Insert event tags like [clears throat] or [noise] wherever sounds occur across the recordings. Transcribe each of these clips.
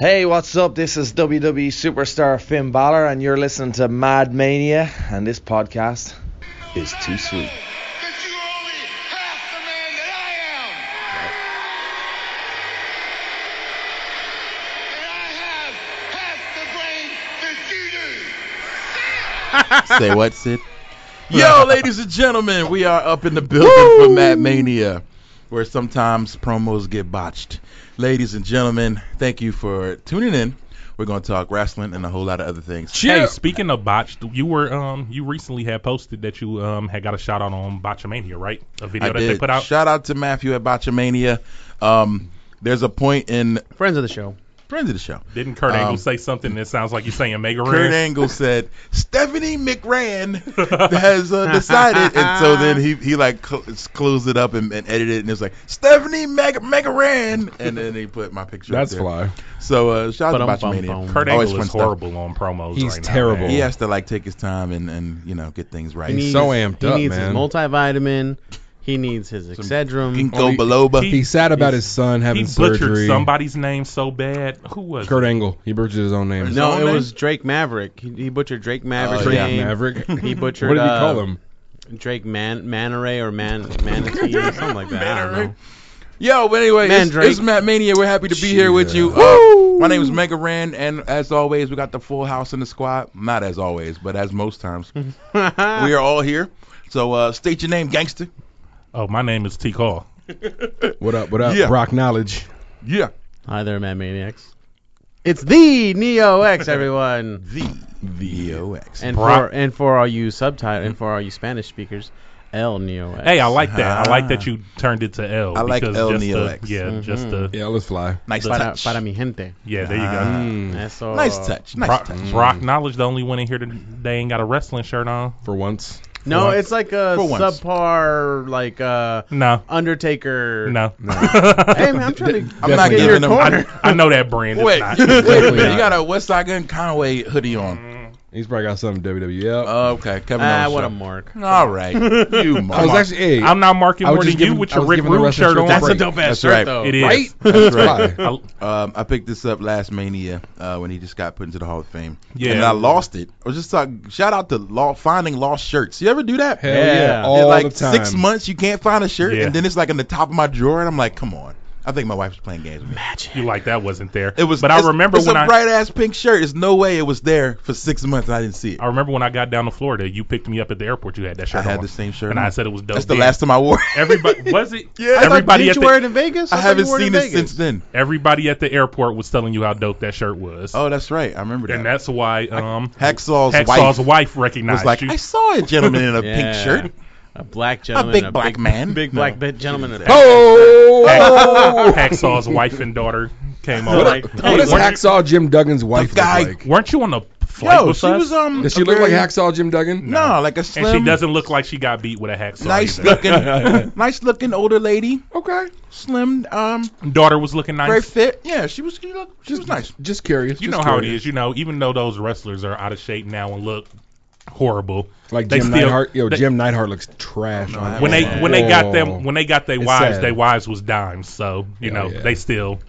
Hey, what's up? This is WWE superstar Finn Balor, and you're listening to Mad Mania, and this podcast is too sweet. Because you're only half the man that I am. And I have half the brain that you do. Say what, Sid? [laughs] Yo, ladies and gentlemen, we are up in the building for Mad Mania, where sometimes promos get botched. Ladies and gentlemen, thank you for tuning in. We're going to talk wrestling and a whole lot of other things. Hey, speaking of botched, you were um you recently had posted that you um had got a shout out on Botchamania, right? A video I that did. they put out. Shout out to Matthew at Botchamania. Um, there's a point in Friends of the show. friends of the show. Didn't Kurt Um, Angle say something that sounds like you're saying Mega Kurt Red? Angle said Stephanie McRan has uh, decided, and so then he he like cl- closed it up and, and edited it, and it's like Stephanie Meg- McRan, and then he put my picture. up That's there. fly. So uh, shout out to Ba-dum-bum-bum. Botchamania. Kurt Always Angle fun is stuff. horrible on promos. He's right Now, terrible. man. He has to like take his time and and you know get things right. He needs- So amped he up, needs his man. multivitamin. He needs his Excedrin. Ginkgo he- biloba. he- He sad about his son He having butchered surgery. somebody's name so bad. Who was Kurt it? Angle. He butchered his own name. His no, own it name? was Drake Maverick. He, he butchered Drake Maverick's Drake name. Maverick. [laughs] what He did he butchered. uh, call him? Drake Man Manoray or Man Manatee or something like that. I don't know. Yo, but anyway, Man, it's, it's Drake. Matt Mania. We're happy to be here with you. Uh, my name is Mega Rand, and as always, we got the full house in the squad. Not as always, but as most times, we are all here. So uh, state your name, gangster. Oh, my name is T. Call. What up? What up? Yeah. Brock Knowledge. Yeah, Hi there, Mad Maniacs. It's the Neo X, everyone. the the OX. And Brock- for and for all you subtitle and for all you Spanish speakers, El Neo X. Hey, I like that. I like that you turned it to L. Ah. I like because L just Neo the- X. Mm-hmm. Yeah, just the Yeah, let's fly. Hmm, nice uh, para, touch. Mm. para mi gente. yeah. There you go. uh, Eso- nice touch. Nice Brock, touch. Brock Knowledge, the only one in here today ain't got a wrestling shirt on. For once. No, once. it's like a For once. subpar, like uh, No, Undertaker. no. Hey man, I'm trying to. I'm not get Definitely your giving him. corner. I know that [laughs] brand. Wait, It's wait not. a minute. not. You got a West Side Gun Conway hoodie on. He's probably got something WWE. E. Yeah. Uh, okay, Kevin. Ah, Owens what show. a mark. All right, you. I was mark. Oh, actually. Hey, I'm not marking I was more than just you giving- with I your was Rick giving the Rude rest of the shirt shirt on. to That's a dope That's right. It is. [laughs] right. That's That's right. fly. I- Um, I picked this up last Mania uh, when he just got put into the Hall of Fame. Yeah. And I lost it. I was just talking. Shout out to lo- finding lost shirts. You ever do that? Hell Yeah. yeah. Yeah, All like the time. six months you can't find a shirt, Yeah. and then it's like in the top of my drawer, and I'm like, come on. I think my wife was playing games with me. you like that wasn't there. It was, But I it's- remember it's when a I bright ass pink shirt. There's no way it was there for six months and I didn't see it. I remember when I got down to Florida, you picked me up at the airport. You had that I shirt. had on. the same shirt. and on. I said it was dope. That's the Yeah. last time [laughs] I wore. [laughs] it. Everybody was it? [laughs] Yeah. I thought- Everybody Didn't at you the, wear it in Vegas? I thought you haven't wore seen in it Vegas. since then. everybody at the airport was telling you how dope that shirt was. Oh, that's right. I remember that. and that's why um Hacksaw's, Hacksaw's wife wife was recognized like, you. [laughs] I saw a gentleman in a pink Yeah. shirt. A black gentleman, big black man. big No. black bit gentleman. and a- Oh! Hacksaw's wife and daughter came over. Like, Hey, what does weren't, you, Hacksaw Jim Duggan's wife guy- look like? weren't you on the flight Yo, with she us? was um. Does a she look like very- Hacksaw Jim Duggan? No, like a slim, and she doesn't look like she got beat with a hacksaw. nice either. [laughs] looking, nice looking older lady, Okay. slim, um, daughter was looking nice. very fit. Yeah, she was. She, looked, she was nice. Just curious. you just know how it curious. is. You know, even though those wrestlers are out of shape now and look horrible, Like They Jim still- Neidhart. Yo, they- Jim Neidhart looks trash. on when they that. when they got them Oh. Whoa. when they got their It's wives, sad. their wives was dimes. So you Hell know yeah. they still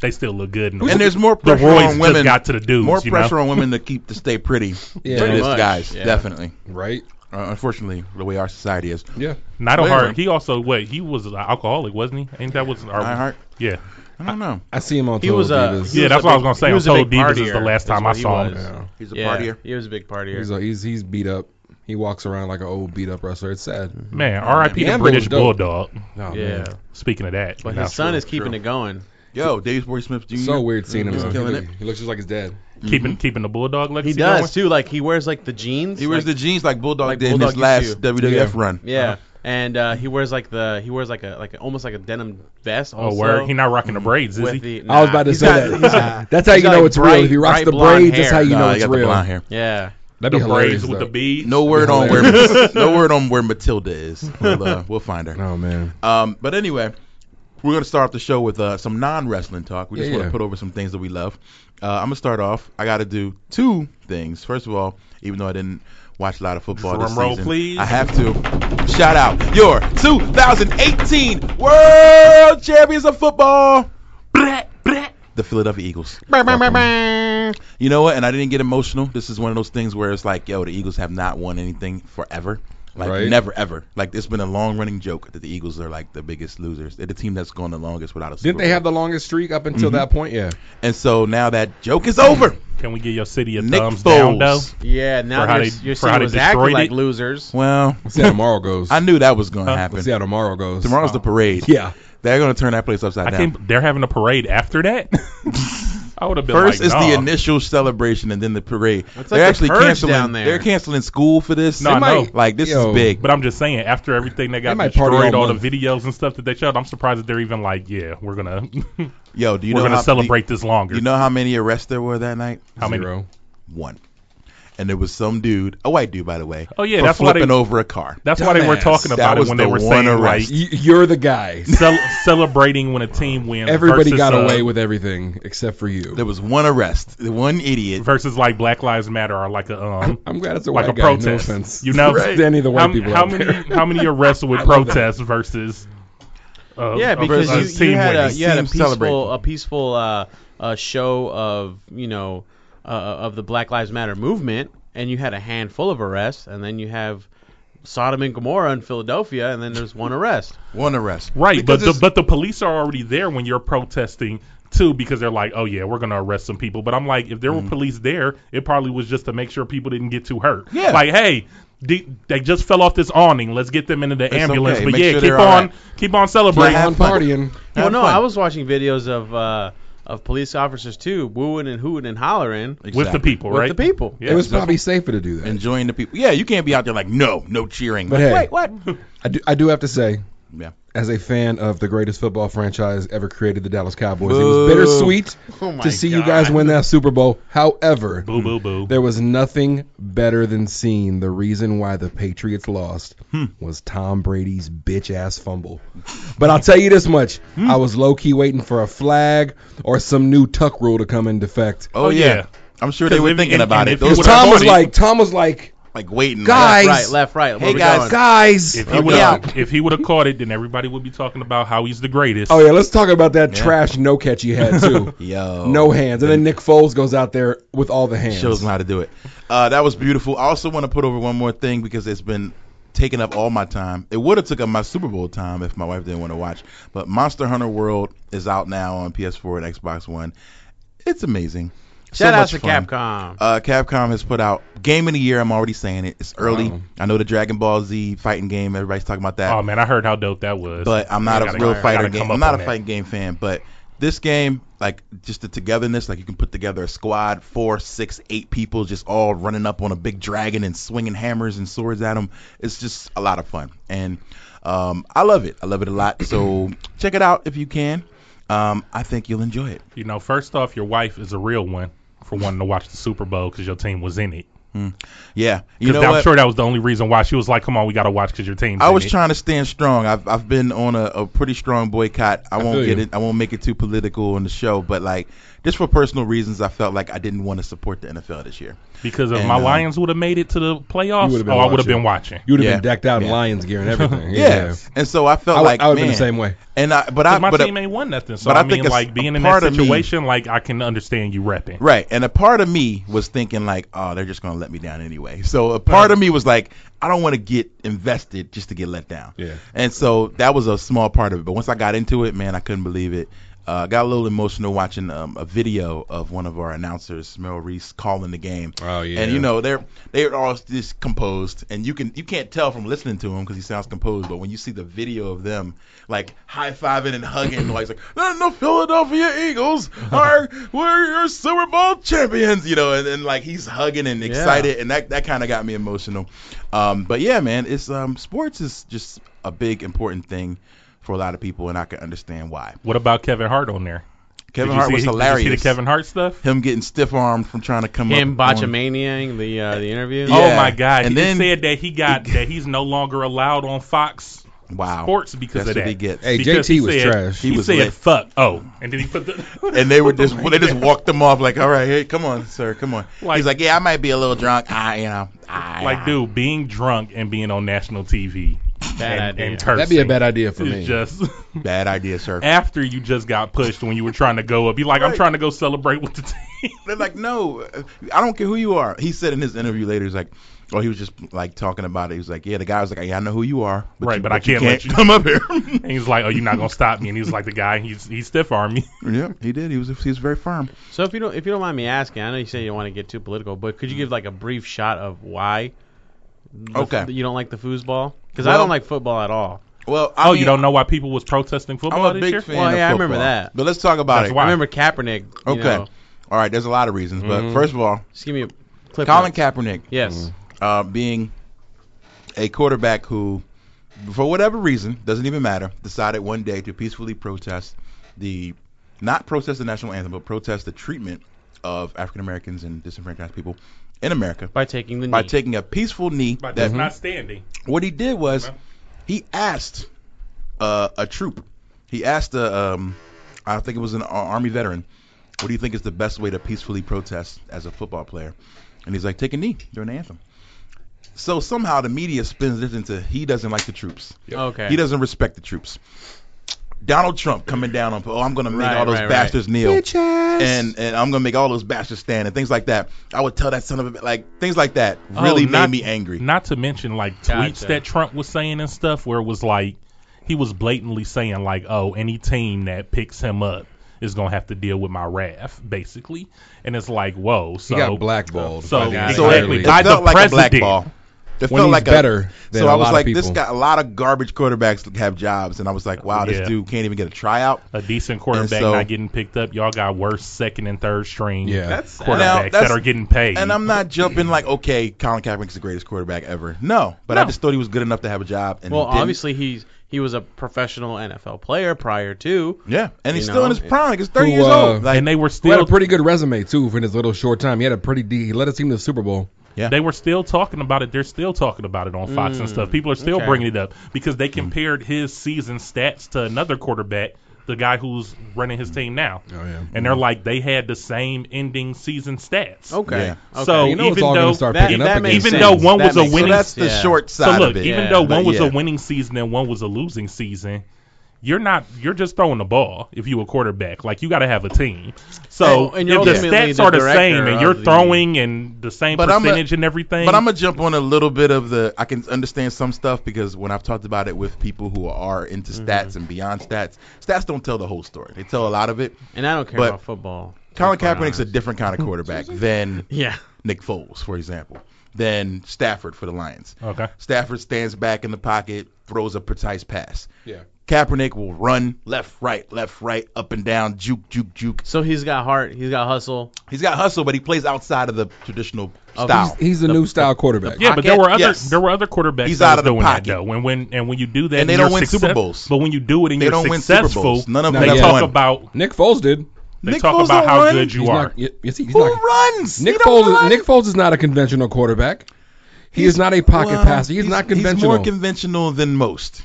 they still look good. in the- And there's more the pressure Roy's on women. just got to the dudes. more you pressure know? on women to keep to stay pretty [laughs] Yeah. than Pretty it's much, guys. yeah. Definitely. right? Uh, unfortunately, the way our society is. Yeah. Not a Amazing. heart. He also what he was an alcoholic, wasn't he? Ain't that was our Neidhart? Yeah, I don't know. I see him on He Total was, uh, Divas. he Yeah, was that's a what I was big- gonna say. he I'm was a told big Divas is the partier, last is time I what he saw him. was. Yeah. He's a Yeah, partier. he was a big partier. He's, uh, he's he's beat up. He walks around like an old beat up wrestler. It's sad. Man, Oh, R.I.P. the Amber was British dope. Bulldog. No, yeah, man. Speaking of that, but now- his son is true, keeping true. it going. Yo, Davis Boy Smith Jr. It's so weird seeing him. He's though. killing he, it. he looks just like his dad. keeping keeping the Bulldog legacy. Mm-hmm. He does going. too. Like he wears like the jeans. He wears like- the Uh-huh. jeans like Bulldog like did in his Bulldog last used to. WWF Yeah. run. Yeah, and uh, he wears like the he wears like a like a, almost like a denim vest. Oh, also, where he not rocking the braids, is with he? the- I was about to he's say got- that. he's [laughs] got- That's how he's you got, know like, it's real. bright- If he rocks bright the blonde braids, that's hair. how you Nah, know he it's got the real. blonde hair. Yeah, That'd the be hilarious. braids with the though. beads. No [laughs] word on where [laughs] no word on where Matilda is. We'll, uh, we'll find her. Oh man. Um, but anyway, we're gonna start off the show with uh, some non-wrestling talk. We just Yeah, want to yeah. put over some things that we love. Uh, I'm gonna start off. I got to do two things. First of all, even though I didn't watch a lot of football Drum this roll, season, please. I have to shout out your 2018 World Champions of Football, the Philadelphia Eagles. You know what? And I didn't get emotional. This is one of those things where it's like, yo, the Eagles have not won anything forever. Like Right. never ever. Like it's been a long running joke that the Eagles are like the biggest losers. They're the team that's gone the longest without a Didn't Super they have Bowl. the longest streak up until that point? Yeah. And so now that joke is over. Can we get your city a Nick thumbs down though? Foles. yeah. For Now how your, they- your for how city they was acting destroyed like it. losers. Well, Let's see how tomorrow goes. I knew that was going to Let's happen. see how tomorrow goes. Uh, Tomorrow's the parade. Yeah. They're going to turn that place upside I down. can't. They're having a parade after that. [laughs] I would have been First like, is nah. the initial celebration and then the parade. It's they're like the actually purge canceling. down there. They're canceling school for this. No, I They know. might- Like this yo, is big. But I'm just saying, after everything that got might party destroyed, all all the month. videos and stuff that they showed, I'm surprised that they're even like, yeah, we're gonna [laughs] Yo, do you we're know gonna how, celebrate this longer. You know how many arrests there were that night? how many? Zero. One. And there was some dude, a white dude, by the way. Oh, yeah, for that's why they- flipping over a car. That's why they were Dumbass. talking That about it was when they the were one saying arrest. like Y- You're the guy. cel- celebrating when a team wins. Everybody versus, got uh, away with everything except for you. There was one arrest. The One idiot. versus like Black Lives Matter or like a um I'm glad it's a like white a guy. No protest. offense. You [laughs] know, Right. to any of the white how, people how out many there. how [laughs] many arrests with protests versus uh, Yeah, a- because a you, team you had a winning? you had a Team celebrating. peaceful a peaceful uh, uh, show of you know uh, of the Black Lives Matter movement, and you had a handful of arrests, and then you have Sodom and Gomorrah in Philadelphia, and then there's one arrest. One arrest. right, Because but the, it's- but the police are already there when you're protesting too because they're like, oh yeah, we're gonna arrest some people. But I'm like, if there were police there, it probably was just to make sure people didn't get too hurt. Yeah. like hey. de- They just fell off this awning. Let's get them into the ambulance. okay. But Make yeah, sure keep they're all on, right. keep on celebrating. Yeah, on have fun. partying. Well, [laughs] Have no, fun. I was watching videos of uh, of police officers too wooing and hooting and hollering. with the Exactly. people, With right? the people. Yeah. it was probably safer to do that. Enjoying the people. Yeah, you can't be out there like, no, no cheering. But Like, hey. Wait, what? I do. I do have to say, Yeah. as a fan of the greatest football franchise ever created, the Dallas Cowboys, it was bittersweet to see you guys win that Super Bowl. However, Oh Boo, boo, boo. there was nothing better than seeing the reason why the Patriots lost Hmm. was Tom Brady's bitch ass fumble. But I'll tell you this much: Hmm. I was low key waiting for a flag or some new tuck rule to come into effect. Oh, yeah. yeah. I'm sure they 'Cause were if- thinking and- about and it. if you Those would've Tom Tom was Brady- like, Tom was like, like waiting. Guys. Right, left, right. Where Hey, we guys. going? guys. If he would have, if he would have caught it, then everybody would be talking about how he's the greatest. Oh yeah, let's talk about that trash no catch he had [laughs] too. Yo. No hands. And then Nick Foles goes out there with all the hands. Oh, shows them how to do it. Uh, that was beautiful. I also want to put over one more thing because it's been taking up all my time. It would have took up my Super Bowl time if my wife didn't want to watch. But Monster Hunter World is out now on PS4 and Xbox One. It's amazing. Shout out much to fun. Capcom. Uh, Capcom has put out Game of the Year. I'm already saying it. It's early. I know the Dragon Ball Z fighting game. Everybody's talking about that. Oh man, I heard how dope that was. But I'm not a I gotta- real I gotta fighter come game. up I'm not a on that. fighting game fan, but this game, like just the togetherness, like you can put together a squad, four, six, eight people, just all running up on a big dragon and swinging hammers and swords at them. It's just a lot of fun, and um, I love it. I love it a lot. So [clears throat] check it out if you can. Um, I think you'll enjoy it. You know, first off, your wife is a real one for wanting to watch the Super Bowl because your team was in it. Yeah, you 'Cause know I'm what? sure that was the only reason why she was like, "Come on, we gotta watch because your team's." I in was it." trying to stand strong. I've I've been on a, a pretty strong boycott. I, won't feel get you. it. I won't make it too political on the show, but like just for personal reasons, I felt like I didn't want to support the NFL this year. because if and, my um, Lions would have made it to the playoffs, would've oh, been I would have watching. been watching. You would have Yeah. been decked out in Yeah. Lions [laughs] gear and everything. Yeah. And so I felt I, like would have man. been the same way. And I but I my but a- team ain't won nothing, so but I, I think mean, it's like being in part that of me- situation, like I can understand you repping. right. And a part of me was thinking like, oh, they're just gonna let me down anyway. So a part of me was like, I don't want to get invested just to get let down. Yeah. And so that was a small part of it. But once I got into it, man, I couldn't believe it. Uh, I got a little emotional watching um, a video of one of our announcers, Mel Reese, calling the game. Oh, yeah. And you know they're they're all just composed, and you can you can't tell from listening to him because he sounds composed, but when you see the video of them like high fiving and hugging, like it's like "And the Philadelphia Eagles are we're your Super Bowl champions, you know, and, and like he's hugging and excited, and that that kind of got me emotional. Um, but yeah, man, it's um sports is just a big important thing for a lot of people, and I can understand why. What about Kevin Hart on there? Kevin Did you Hart see- was did you hilarious. see the Kevin Hart stuff? Him getting stiff armed from trying to come up. Him on- botchamaniaing the uh, the interview. Yeah. Oh my God! And And he then- said that he got that he's no longer allowed on Fox Wow. Sports because That's of what that. he gets. Hey, Because JT he was said- trash. He, He was said lit. fuck. Oh, and then he put the. [laughs] And they were just Oh they just walked them off like, all right, hey, come on, sir, come on. Like- He's like, yeah, I might be a little drunk. I, you know, I, like, dude, being drunk and being on national TV Bad and, idea. and cursing. That'd be a bad idea for is me. Just [laughs] bad idea, sir. after you just got pushed when you were trying to go up, you like, I'm Right. trying to go celebrate with the team. They're like, no, I don't care who you are. He said in his interview later, he's like, oh, he was just like talking about it. He was like, yeah, the guy was like, yeah, I know who you are, Right, you- [laughs] but I you can't let you- come up here. [laughs] And he's like, oh, you're not gonna stop me. And he's like, the guy, he's he's stiff arm me. [laughs] yeah, he did. He was he was very firm. So if you don't if you don't mind me asking, I know you say you don't want to get too political, but could you give like a brief shot of why? the Okay. f- you don't like the foosball because I Well- don't like football at all. Well, I Oh, mean, you don't know why people was protesting I'm football a this big year? fan. Well, of yeah, I remember football. that. But let's talk about That's it. why. I remember Kaepernick. You Okay. know, All right, there's a lot of reasons, Mm-hmm. but first of all, just give me a clip. Colin notes. Kaepernick Yes. uh, being a quarterback who, for whatever reason, doesn't even matter, decided one day to peacefully protest the, not protest the national anthem, but protest the treatment of African Americans and disenfranchised people in America By taking the by knee. taking a peaceful knee. But that that's not standing. what he did was he asked uh, a troop. He asked a, um, I think it was an ar- army veteran, what do you think is the best way to peacefully protest as a football player? And he's like, take a knee during the anthem. So somehow the media spins this into he doesn't like the troops. okay. He doesn't respect the troops. Donald Trump coming down on, oh, I'm going to make Right, all those right, right. bastards kneel. And, and I'm going to make all those bastards stand and things like that. I would tell that son of a, like, things like that Oh, really not- made me angry. Not to mention like tweets Gotcha. that Trump was saying and stuff, where it was like he was blatantly saying like, "Oh, any team that picks him up is gonna have to deal with my wrath," basically. And it's like, whoa. So he got blackballed. so- by the yeah, entire So Exactly. it, league. By it the felt like president. a black ball. It When felt he's like a- better than so a I was lot of like, people. this guy. A lot of garbage quarterbacks have jobs, and I was like, wow, this Yeah. dude can't even get a tryout. a decent quarterback And so- not getting picked up, y'all got worse second and third string Yeah. That's- quarterbacks Now, that's- that are getting paid. And I'm not jumping like, okay, Colin Kaepernick's the greatest quarterback ever. No, but I No. just thought he was good enough to have a job. And he well, didn't. obviously he's he was a professional NFL player prior to. yeah, and he's you still in his know, prime. Like, he's 30 Who, years uh, old. Like, and they were He had a still pretty good resume too for his little short time. He had a pretty de- he led his team to the Super Bowl. They were still talking about it. They're still talking about it on Fox and stuff. People are still okay. bringing it up because they compared his season stats to another quarterback, the guy who's running his team now. Oh, yeah. And they're like, they had the same ending season stats. Okay. Yeah. okay. So You know it's even all though gonna start that, picking that up makes again. Even sense. though one That was a makes winning- so sense. that's the Yeah. short so side look, of it. even Yeah, though but one was yeah. a winning season and one was a losing season, you're not. You're just throwing the ball. If you a quarterback, like you got to have a team. Oh, So And- and if you're the ultimately stats the are the director same and of you're the- throwing and the same But I'm a- percentage and everything, But I'm gonna jump on a little bit of the. I can understand some stuff because when I've talked about it with people who are into stats and beyond stats, stats don't tell the whole story. They tell a lot of it. And I don't care But about football. Colin to be quite Kaepernick's a honest. different kind of quarterback than Yeah. Nick Foles, for example, than Stafford for the Lions. okay. Stafford stands back in the pocket, throws a precise pass. Yeah. Kaepernick will run left, right, left, right, up and down, juke, juke, juke. So he's got heart. He's got hustle. He's got hustle, but he plays outside of the traditional Oh, style. He's the, new style quarterback. Yeah, but there pocket? were other Yes. there were other quarterbacks He's that out was of the doing that pocket. though. When when and when you do that, And they you're don't win Super success- Bows. But when you do it and They you're don't win Super successful, Bowls. None of them they have talk won. about Nick Foles did. they Nick talk Foles about don't how run. good you He's are. not- y- yes, he's Who not- runs? Nick He don't Foles. run. Nick Foles is not a conventional quarterback. He is not a pocket Well, passer. He's, not conventional. He's more conventional than most,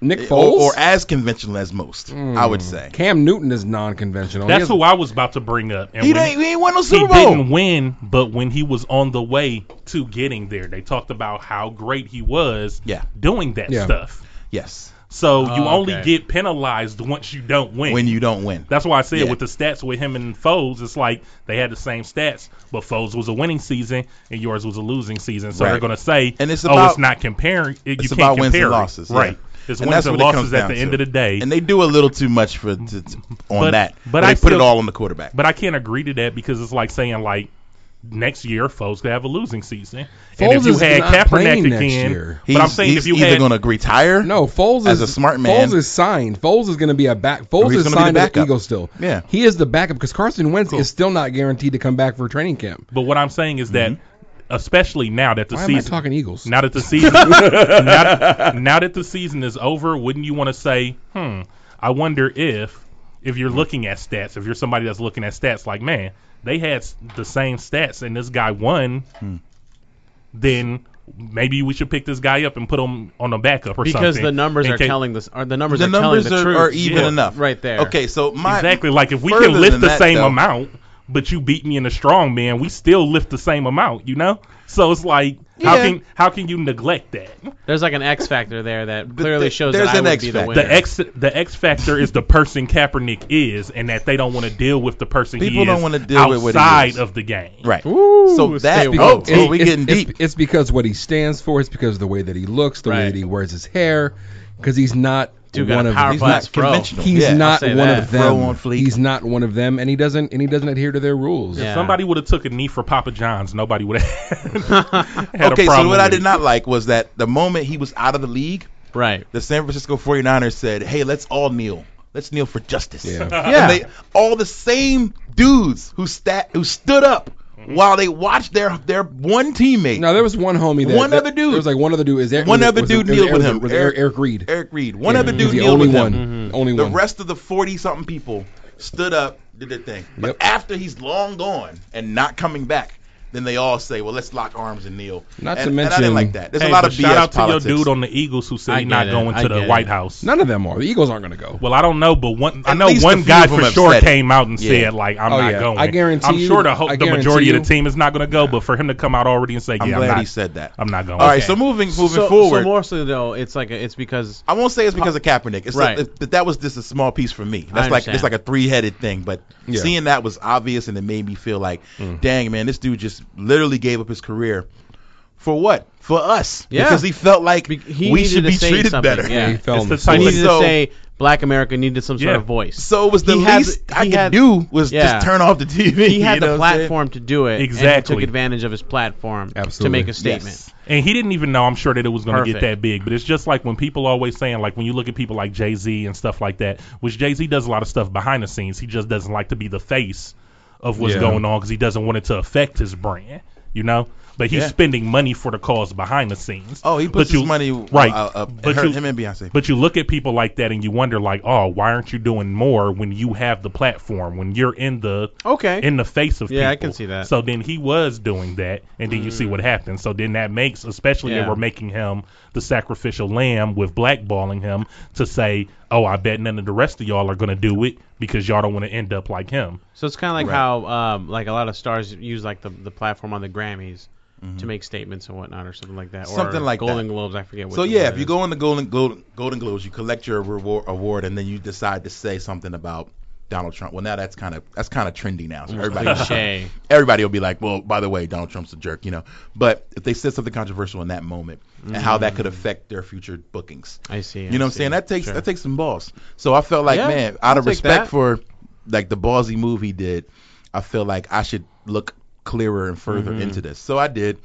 Nick Eh, Or- Foles Hmm. Or, as conventional as most, I would say. Cam Newton is non-conventional. That's he who I was about to bring up. And He when- ain't, he ain't won no he Super Bowl. didn't win, but when he was on the way to getting there, they talked about how great he was Yeah. doing that Yeah. stuff. Yes, So you Oh, only okay. get penalized once you don't win. when you don't win. That's why I said Yeah. with the stats with him and Foles, it's like they had the same stats, but Foles was a winning season and yours was a losing season. So Right. they're going to say, And it's oh, about- it's not comparing. It, it's you can't about wins compare and it." losses, yeah. right? It's And wins that's and what it losses comes at the down end to. of the day. And they do a little too much for to, to- on But- that. but But, I they put still- it all on the quarterback. But I can't agree to that because it's like saying like next year Foles could have a losing season. and Foles if you is had not Kaepernick playing next again, year. but I'm saying he's if you either had going to retire, No, Foles As is a smart man- Oh, Foles is signed. Foles is going to be a back. Foles he's is gonna be the signed as backup. Eagle still. Yeah. he is the backup because Carson Wentz is still not guaranteed to come back for training camp. But what I'm saying is that, Mm-hmm. especially now that the Why am I season, talking Eagles? now that the season, now, now that the season is over, wouldn't you want to say, hmm, I wonder if, if you're looking at stats, if you're somebody that's looking at stats, like man, they had s- the same stats and this guy won, then maybe we should pick this guy up and put him on a backup or something because the numbers in are case- telling this. Are the numbers the are numbers telling the are, are truth even Yeah. enough. right there. Okay, so my Exactly. Like if we further can lift than the that, same though- amount, but you beat me in a strong man, we still lift the same amount, you know? So it's like how Yeah. can how can you neglect that? The's like an X factor there that clearly th- shows that there's I an would X be the factor. winner. The X the X factor is the person Kaepernick is and that they don't want to deal with the person he People is don't wanna deal with what he outside is. of the game. right. Ooh, so stay that woke. oh, It's- we it's- getting it's- deep. It's because what he stands for. It's because of the way that he looks, the way Right. that he wears his hair, because he's not Dude got one a of power He's class not pro. conventional. he's Yeah. not say one that. of Throw them. on fleek. He's not one of them, and he doesn't and he doesn't adhere to their rules. Yeah. Somebody would have took a knee for Papa John's, nobody would have [laughs] had Okay, a problem. so what I with did it. not like was that the moment he was out of the league, Right. the San Francisco 49ers said, "Hey, let's all kneel. Let's kneel for justice." Yeah. And Yeah. they all the same dudes who stat who stood up Mm-hmm. while they watched their their one teammate. No, there was one homie that One that- other dude. There was like one other dude. Is there, One was it- other was dude it- was it kneeled with Eric- him. Was it Eric, Eric Reed. Eric Reed. One other He's dude the kneeled only with one. him. Mm-hmm. Mm-hmm. Only The one. rest of the 40 something people stood up, did their thing. But Yep. after he's long gone and not coming back, then they all say, "Well, let's lock arms and kneel." Not and, to and I mention- didn't like that. There's Hey, a lot but of BS shout out politics. to your dude on the Eagles who I said he's get not it. going I to the get White it. House. None of them are. The Eagles aren't going to go. Well, I don't know, but one I At know least a one few guy of them for have sure said it. came out and Yeah. said like I'm Oh, not yeah. going. I guarantee I'm you- sure the, ho- I the guarantee majority of you- the team is not going to go, but for him to come out already and say I'm yeah, glad I'm not, he said that. I'm not going. All right, so moving moving So, forward, so more so though, it's like a, it's because I won't say it's because of Kaepernick. It's Uh, Right. it- but that was just a small piece for me. That's like understand. it's like a three headed thing. But Yeah. seeing that was obvious, and it made me feel like, Hmm. dang man, this dude just literally gave up his career for what? For us? Yeah. Because he felt like be- he we needed should to be say treated something. better. Yeah. He fell It's on the the type I Well, of- needed so- to say Black America needed some sort Yeah. of voice. So it was the He had least the- I he could had- do was yeah. just turn off the [laughs] TV. he had you know the what I'm saying? platform to do it. And he Exactly. took advantage of his platform Absolutely. to make a statement. And he didn't even know. I'm sure that it was going to get Perfect. that big. But it's just like when people always saying, like when you look at people like Jay Z and stuff like that, which Jay Z does a lot of stuff behind the scenes. He just doesn't like to be the face of what's Yeah. going on because he doesn't want it to affect his brand, you know. But he's Yeah. spending money for the cause behind the scenes. Oh, he But puts his you- money right. Uh, uh, But her- you- him and Beyonce. But you look at people like that and you wonder, like, oh, why aren't you doing more when you have the platform, when you're in the Okay. in the face of people? Yeah, I can see that. Mm. So then he was doing that, and then you see what happened. So then that makes, especially they Yeah. were making him the sacrificial lamb with blackballing him to say, oh, I bet none of the rest of y'all are gonna do it because y'all don't want to end up like him. So it's kind of like how um, like a lot of stars use like the, the platform on the Grammys to make statements and whatnot or something like that. Mm-hmm. Something or like that. Golden Globes, I forget. What So yeah, if you go on the Golden Golden, Golden Globes, you collect your reward, award, and then you decide to say something about Donald Trump. Well, now that's kind of that's kind of trendy now. So everybody Mm, cliche. [laughs] everybody will be like, well, by the way, Donald Trump's a jerk, you know. But if they said something controversial in that moment, and how that could affect their future bookings, Mm. I see. you know what I'm saying? That takes that takes some balls. So I felt like, Yeah, man, out I'll of take respect that. for like the ballsy move he did, I feel like I should look clearer and further Mm-hmm. into this. So I did.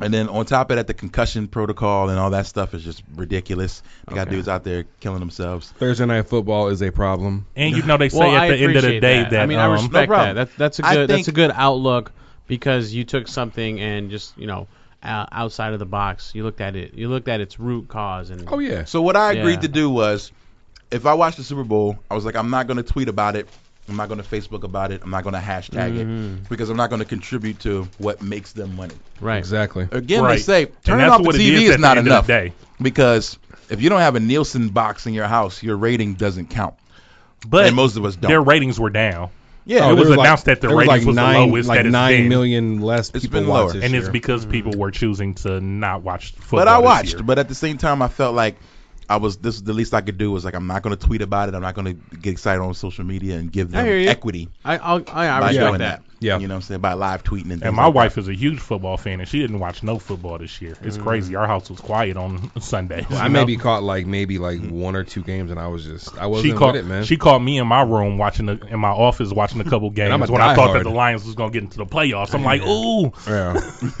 And then on top of that, the concussion protocol and all that stuff is just ridiculous. They got dudes out there killing themselves. Thursday night football is a problem. And you know [laughs] they say well, at I the end of the appreciate day that. that, I mean, I um, respect problem. that. that. That's a I good. That's a think- good outlook because you took something and just you know o- outside of the box. You looked at it. You looked at its root cause and. Oh yeah. So what I agreed Yeah. to do was, if I watched the Super Bowl, I was like, I'm not going to tweet about it. I'm not going to Facebook about it. I'm not going to hashtag Mm-hmm. it because I'm not going to contribute to what makes them money. Right. Exactly. Again, Right. they say And turning that's off the what it TV is is, at the not end of the enough day. because if you don't have a Nielsen box in your house, your rating doesn't count. but and most of us don't. Their ratings were down. Yeah, Oh, it there was announced that the there ratings was the nine, lowest like that it's been. nine million less It's people been watched lower. this and year. it's because people were choosing to not watch football. but I this watched. year. But at the same time, I felt like I was. This is the least I could do. Was like I'm not going to tweet about it. I'm not going to get excited on social media and give I hear them you. equity I I'll, I, I by respect doing that. that. Yeah. You know what I'm saying? By live tweeting and things And my like wife that. is a huge football fan, and she didn't watch no football this year. It's crazy. Our house was quiet on [laughs] Sunday. I maybe caught like maybe like one or two games, and I was just I wasn't she caught with it, man. she caught me in my room watching the, in my office watching a [laughs] couple games I'm a when I thought that diehard. the Lions was gonna get into the playoffs. I'm like, ooh. [laughs] [laughs] yeah.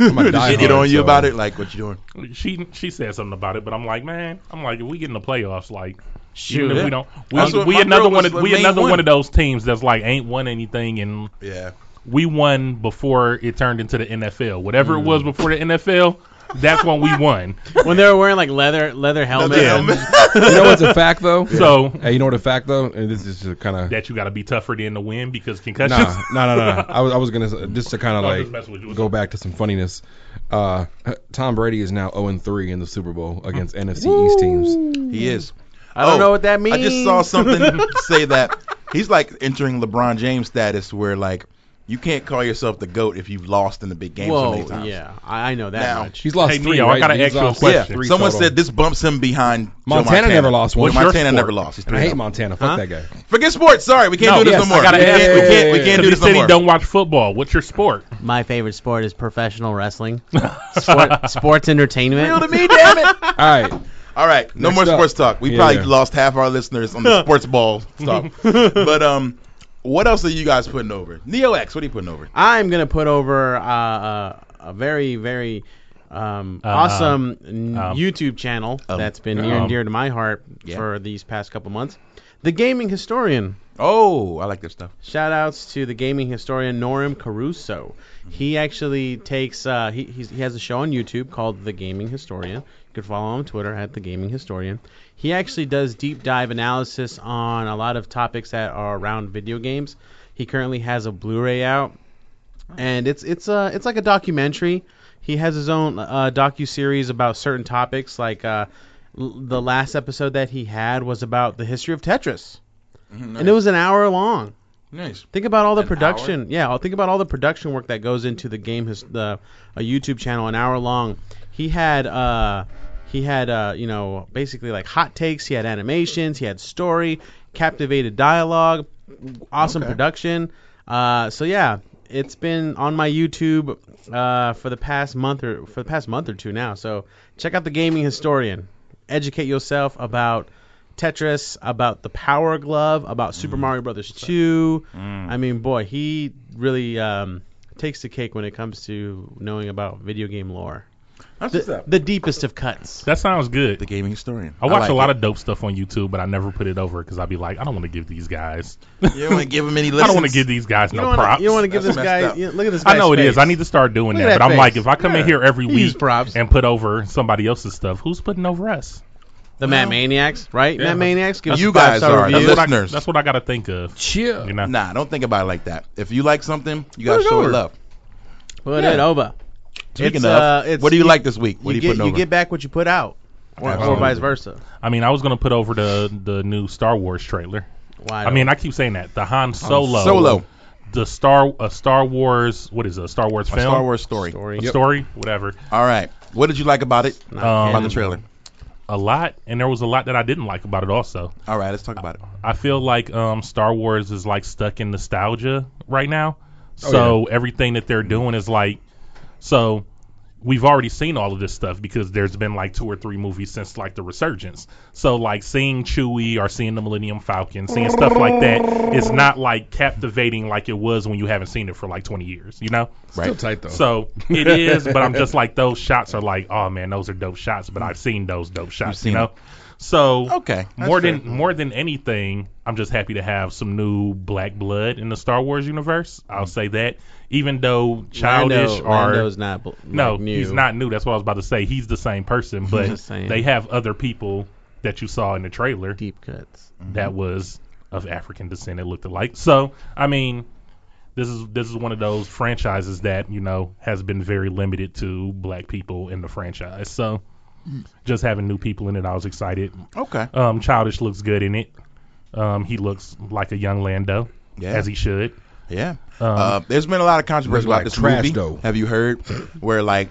[laughs] I'm a Did she diehard, get on you so- about it? Like, what you doing? She she said something about it, but I'm like, man, I'm like, if we get in the playoffs, like, Shoot, even if yeah. we don't, That's we, what we my another girl one, was of, the we main another one. one of those teams that's like ain't won anything, and Yeah. we won before it turned into the NFL. Whatever it Mm. was before the NFL, that's when we won. when they were wearing like leather leather [laughs] Oh, helmets. helmet. You know what's a fact though? [laughs] So Hey, you know what a fact though? And this is just kind of that you got to be tougher than the win because [laughs] Nah, concussions. no, no, no. I was, I was gonna s- just to kind [laughs] of I was just like messing with you. go back to some funniness. Uh, Tom Brady is now 0 3 in the Super Bowl against NFC East teams. He is. I don't Oh, know what that means. I just saw [laughs] something say that he's like entering LeBron James status where like you can't call yourself the GOAT if you've lost in the big game so Whoa, many times. yeah, I, I know that Now- much. He's lost Hey, three. Neo, I right? gotta He's ask you a lost question. three Someone total. said this bumps him behind Joe Montana never lost one. Joe What's your Montana sport? never lost. He's And I 3 hate Montana. Fuck that [laughs] guy. Forget sports. Sorry, we can't No, do this no yes, more. I gotta we, can't, we ask- can't. We yeah, can't Because do he this said no he more. don't watch football. What's your sport? My favorite sport is professional [laughs] wrestling, sport, sports entertainment. Appeal to me, damn it. All right. All right, no Next more up. sports talk. We Yeah, probably yeah. lost half our listeners on [laughs] the sports ball stuff. [laughs] but um, what else are you guys putting over? Neo X, what are you putting over? I'm gonna put over uh, uh, a very very um, awesome n- um, YouTube channel that's been near um, and dear to my heart for these past couple months. The Gaming Historian. Oh, I like this stuff. Shout outs to the gaming historian Norm Caruso. He actually takes uh, he he's, he has a show on YouTube called The Gaming Historian. You can follow him on Twitter at The Gaming Historian. He actually does deep dive analysis on a lot of topics that are around video games. He currently has a Blu-ray out, and it's it's uh it's like a documentary. He has his own uh, docu series about certain topics. Like uh, l- the last episode that he had was about the history of Tetris, and it was an hour long. Nice. Think about all the An production. Yeah, I'll think about all the production work that goes into the game. His the a YouTube channel, an hour long. He had uh, he had uh, you know, basically like hot takes. He had animations. He had story, captivated dialogue, awesome production. Uh, so yeah, it's been on my YouTube uh for the past month or for the past month or two now. So check out the gaming historian. Educate yourself about Tetris, about the Power Glove, about Super Mario Brothers 2. I mean, boy, he really um, takes the cake when it comes to knowing about video game lore. That's what's The, up. the deepest of cuts. That sounds good. The gaming historian. I watch a lot of dope stuff on YouTube, but I never put it over because I'd be like, I don't want to give these guys. of. You don't want to give him any lessons. I don't want to give these guys You no don't wanna- props. You don't want to give That's this messed guy. up. yeah, look at this I guy's know it is. face. I need to start doing Look at that, that but I'm face. like, if I come in here every Use week props. and put over somebody else's stuff, who's putting over us? the Mad Maniacs, right? Mad Maniacs. Give us You a five-star guys are. review. The That's what I- listeners. that's what I got to think of. Chill. You know? Nah, don't think about it like that. If you like something, you gotta it show it over. love. Put it over. Speaking It's, of, uh, it's- what do you like this week? What you are you get, putting you over? get back what you put out, or, or Absolutely. vice versa. I mean, I was gonna put over the the new Star Wars trailer. Why? I mean, I keep saying that the Han Solo, Um, Solo. the Star a Star Wars. What is it, a Star Wars A film? Star Wars story. story. A story, whatever. All right. What did you like about it? about the Um, trailer. A lot, and there was a lot that I didn't like about it. Also, All right, let's talk about it. I feel like um, Star Wars is like stuck in nostalgia right now. So everything that they're doing is like so we've already seen all of this stuff because there's been like two or three movies since like the resurgence. So like seeing Chewie or seeing the Millennium Falcon, seeing stuff like that, it's not like captivating like it was when you haven't seen it for like 20 years, you know? Still tight though. So it is, but I'm just like those shots are like, oh man, those are dope shots. But I've seen those dope shots, seen you know. it. So Okay, that's more fair. than more than anything, I'm just happy to have some new black blood in the Star Wars universe. I'll say that, even though childish Lando, are Lando's not bl- no, like, new. he's not new. That's what I was about to say. He's the same person, but the same. they have other people that you saw in the trailer deep cuts. that was of African descent. It looked alike. So I mean, this is this is one of those franchises that you know has been very limited to black people in the franchise. So just having new people in it, I was excited. Okay. Um, Childish looks good in it. Um, he looks like a young Lando, Yeah. as he should. Yeah. Um, uh, there's been a lot of controversy Looks about like this trash, movie. though. Have you heard where like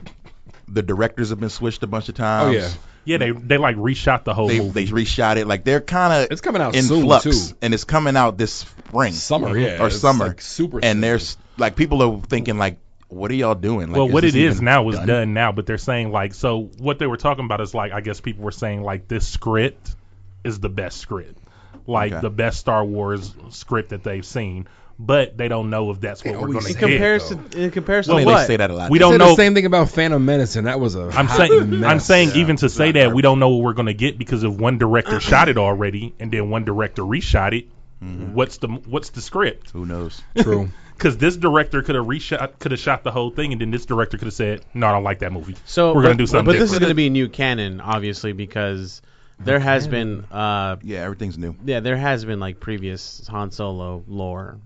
the directors have been switched a bunch of times? Oh, yeah. Oh, Yeah, they they like reshot the whole They movie. they reshot it. Like they're kind of It's coming out in soon, flux, too. and it's coming out this spring, Summer, yeah, or it's summer, like super soon. And there's like people are thinking like, what are y'all doing? Like, well, what this it is even [laughs] now is done? now, but they're saying like so. What they were talking about is like I guess people were saying like this script is the best script, like Okay. the best Star Wars script that they've seen, but they don't know if that's what we're always going to say get. that, Compares though. to in comparison I Well, to mean, what? they say that a lot. We They don't said know- the same thing about Phantom Menace, and that was a. I'm hot saying I'm mess. saying even to say that we don't know what we're going to get because if one director shot it already and then one director reshot it, what's the what's the script? Who knows? [laughs] True. Because this director could have reshot could have shot the whole thing and then this director could have said, "No, I don't like that movie. So we're going but- to do something." But different. this is going to be new canon, obviously, because there has been uh [laughs] Yeah, everything's new. yeah there has been like previous Han Solo lore.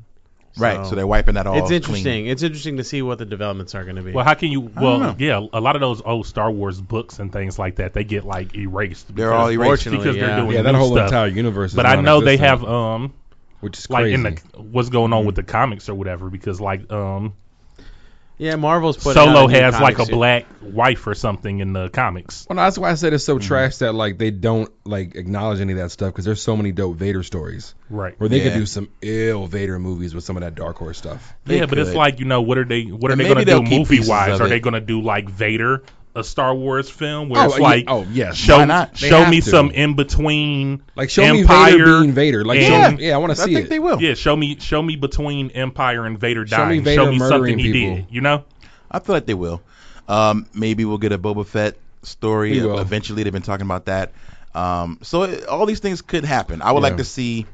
Right. So they're wiping that all. It's clean. interesting. It's interesting to see what the developments are going to be. Oh, Well, how can you? Well, know. yeah, a lot of those old Star Wars books and things like that, they get like erased. Because, They're all erased. Fortunately, because yeah. they're doing Yeah, that new whole stuff. entire universe. Is But I know they have um non-existent, which is like crazy. in the what's going on with the comics or whatever because like um yeah, Marvel's putting Solo out a new has like comic a soon. black wife or something in the comics. well, no, that's why I said it's Mm-hmm. so trash that like they don't like acknowledge any of that stuff because there's so many dope Vader stories Right. where they could Yeah. do some ill Vader movies with some of that Dark Horse stuff. They yeah, but it's could. like you know what are they what are And they maybe going to do they'll keep movie pieces wise? of Are it. they going to do like Vader a Star Wars film where it's yeah, like oh yes, show Why not? They show have me to. some in between like show Empire me Vader being Vader. Like show and- me- yeah, I want to I see think it. they will. Yeah, show me show me between Empire and Vader Show me dying. Vader show me something murdering he people. did. You know? I feel like they will. Um, maybe we'll get a Boba Fett story We will. eventually. They've been talking about that. Um, so it, all these things could happen. I would Yeah. like to see.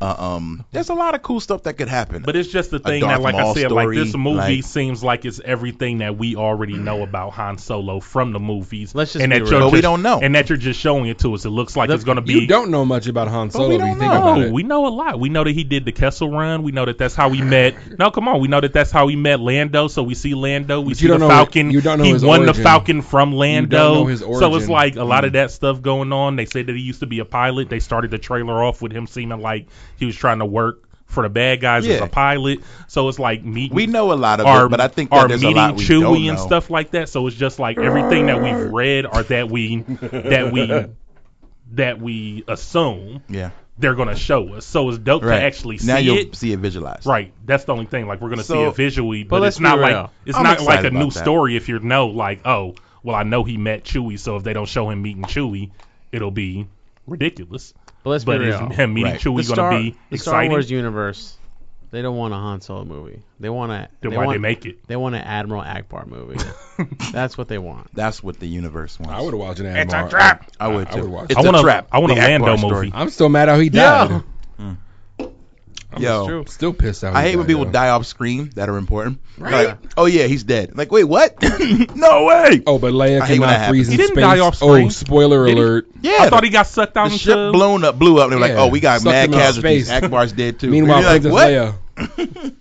Uh, um, there's a lot of cool stuff that could happen. But it's just the thing Darth that, like Maul I said, story, like this movie like- seems like it's everything that we already know about Han Solo from the movies. Let's just and be that real. you're But we just- don't know. And that you're just showing it to us. It looks like it's going to be. You don't know much about Han Solo. we if you don't think know. about No, it. Oh, we know a lot. We know that he did the Kessel Run. We know that that's how we met. No, come on. We know that that's how we met Lando. So we see Lando. We But see you don't the know- Falcon. you don't know he his won the origin. Falcon from Lando. know his So it's origin. like a Mm. lot of that stuff going on. They said that he used to be a pilot. They started the trailer off with him seeming like he was trying to work for the bad guys as Yeah. a pilot. So it's like meeting. we know a lot of our, it. But I think our that there's a meeting lot we Chewie don't know. and stuff like that. So it's just like everything that we've read or that we that [laughs] we that we assume Yeah. they're gonna show us. So it's dope Right. to actually now see you'll it. see it visualized. Right. That's the only thing. Like we're gonna see So- it visually, but but, let's it's be not real. like it's I'm not like a excited new about that. story if you know like, oh, well I know he met Chewie, so if they don't show him meeting Chewie, it'll be ridiculous. But let's But be is real. him meeting Right. Chewie the gonna Star, be the Star exciting? Wars universe, they don't want a Han Solo movie. They want a then they why want, they make it? they want an Admiral Akbar movie. [laughs] That's what they want. That's what the universe wants. I would watch an Admiral. It's a trap. I would. I too. would watch It's I want a a- trap. I want a The Akbar Lando story. movie. I'm still mad how he died. Yeah. Yo, true. Still pissed out. I he hate when died, people though. die off screen that are important. Right. Like, oh yeah, he's dead. Like, wait, [laughs] what? [laughs] no way. Oh, but Leia I hate when that cannot happens. freeze in He didn't space. die off oh, screen. spoiler Did he? alert. yeah. I thought he got sucked out the into ship blown up, blew up. They were Yeah. like, oh, we got Sucked mad him out of casualties. space. Akbar's dead too. Meanwhile, And you're like, what? Princess Leia.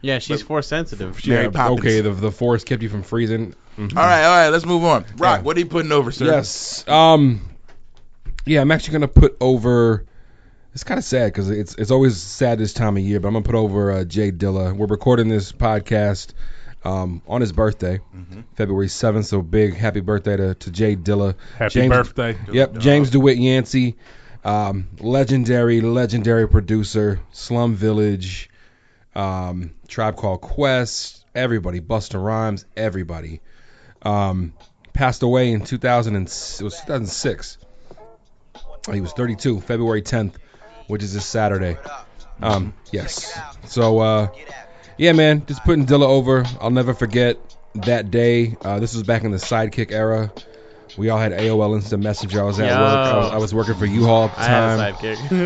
Yeah, she's force sensitive. Mary Yeah, Poppins. okay, the the force kept you from freezing. All right, all right, let's move on. Rock, Yeah. what are you putting over, sir? Yes. Um. Yeah, I'm actually gonna put over. It's kind of sad because it's it's always sad this time of year, but I'm gonna put over uh, Jay Dilla. We're recording this podcast um, on his birthday, Mm-hmm. February 7th. So big happy birthday to, to Jay Dilla. Happy James- birthday. Yep, James DeWitt Yancey, um, legendary, legendary producer, Slum Village, um, Tribe Called Quest, everybody, Busta Rhymes, everybody. Um, passed away in 2000 and, it was 2006. He was 32, February 10th, which is this Saturday. Um, yes. So, uh, yeah, man, just putting Dilla over. I'll never forget that day. Uh, this was back in the sidekick era. We all had AOL Instant Messenger. I was at Yo. work. I was, I was working for U-Haul at the I had time. a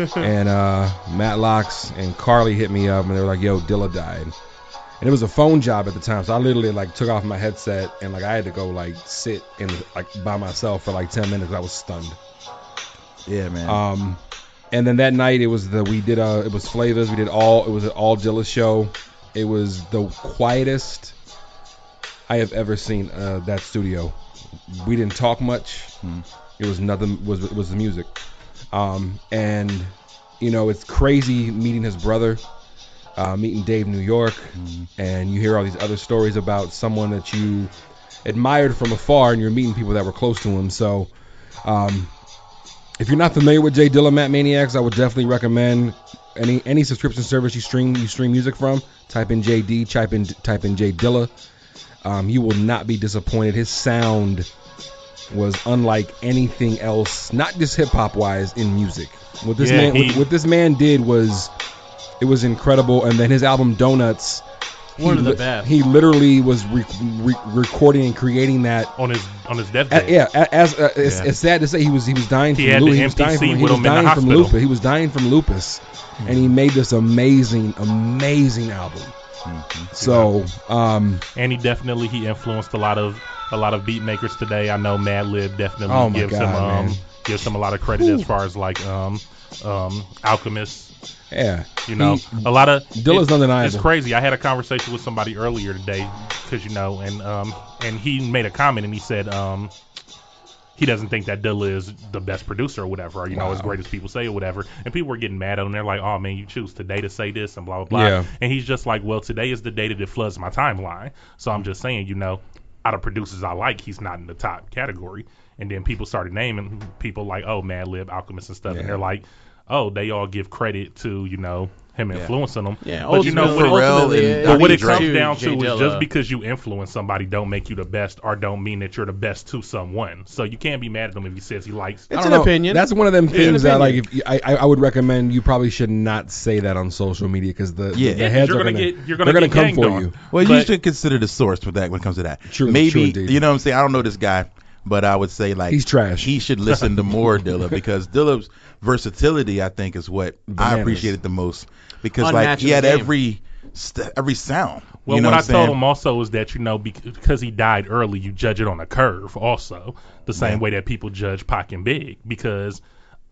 sidekick. and uh, Matlocks and Carly hit me up, and they were like, "Yo, Dilla died," and it was a phone job at the time, so I literally like took off my headset and like I had to go like sit and like by myself for like ten minutes. I was stunned. Yeah, man. Um, and then that night it was the we did uh it was flavors we did all it was an all Dilla show. It was the quietest I have ever seen uh, that studio. We didn't talk much. It was nothing. Was it was the music. Um, and you know it's crazy meeting his brother, uh, meeting Dave New York, and you hear all these other stories about someone that you admired from afar, and you're meeting people that were close to him. So Um, if you're not familiar with Jay Dilla, Matt Maniacs, I would definitely recommend any any subscription service you stream you stream music from. Type in JD, type in type in Jay Dilla. Um, you will not be disappointed. His sound was unlike anything else, not just hip hop wise, in music. What this Yeah, man he- what, what this man did was it was incredible. And then his album Donuts, [laughs] One he of the li- best. He literally was re- re- recording and creating that on his on his deathbed. a- yeah, a- as uh, it's, Yeah. it's sad to say, he was he was dying He had the from lupus. He was empty dying seat from, he with was him in the dying from hospital. Hmm. lupus. He was dying from lupus, and he made this amazing, amazing album. Mm-hmm. So, um, and he definitely he influenced a lot of a lot of beat makers today. I know Madlib definitely Oh my gives him God, um man. gives him a lot of credit as far as like um um Alchemist. yeah, You know, He- a lot of Dilla's undeniable. It's crazy. I had a conversation with somebody earlier today because you know, and um and he made a comment and he said um he doesn't think that Dilla is the best producer or whatever, or, you know, as great as people say or whatever. And people were getting mad at him. They're like, oh, man, you choose today to say this and blah, blah, blah. Yeah. And he's just like, well, today is the day that it floods my timeline. So I'm just saying, you know, out of producers I like, he's not in the top category. And then people started naming people like, oh, Madlib, Alchemist, and stuff. Yeah. And they're like, oh, they all give credit to, you know, him influencing them. Yeah, but you know, ultimately- what, Pharrell ultimately, and- it- But but what it it's Dre. comes down Jay to is Dilla. just because you influence somebody don't make you the best or don't mean that you're the best to someone. So you can't be mad at him if he says he likes. It's I an don't know. opinion. That's one of them an things that, like, if you- I, I I would recommend you probably should not say that on social media because the Yeah. the Yeah, heads you're are gonna gonna get- you're gonna they're gonna get come ganged for on. you. Well, you But- should consider the source for that when it comes to that. True, true Maybe indeed. you know what I'm saying. I don't know this guy, but I would say like He's trash. He should listen to more Dilla because Dilla's versatility, I think, is what I Bananas. appreciated the most because like Unmatched he in had the game. every st- every sound. Well, you know what I what I'm told saying? him also is that you know bec- because he died early, you judge it on a curve. Also, the same way that people judge Pac and Big, because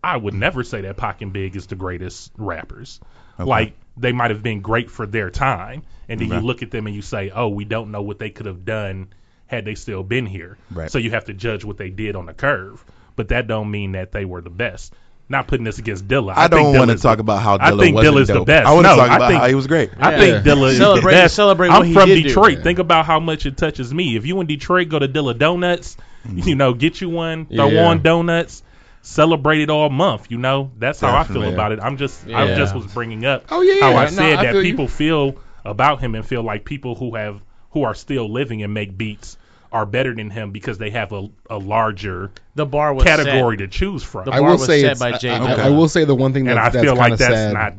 I would never say that Pac and Big is the greatest rappers. Like they might have been great for their time, and then you look at them and you say, "Oh, we don't know what they could have done had they still been here." Right. So you have to judge what they did on a curve, but that don't mean that they were the best. Not putting this against Dilla. I, think don't want to Dilla's the- talk about how I Dilla think wasn't Dilla's the dope. best. I want to No, talk I about think- how he was great. I think Dilla is Celebrate- the best. celebrate I'm what he from did do. Detroit. Yeah. Think about how much it touches me. If you in Detroit, go to Dilla Donuts. Mm-hmm. You know, get you one, throw Yeah. on donuts, celebrate it all month. You know, that's how I Definitely. feel about it. I'm just, I Yeah. just was bringing up Oh, yeah, how yeah. I No, said I that feel you. people feel about him and feel like people who have, who are still living and make beats are better than him because they have a, a larger The bar was set. category to choose from. The I bar will was say set it's, by I, Jay I- Dilla. I will say the one thing and I that's, that's feel kind like of that's sad. not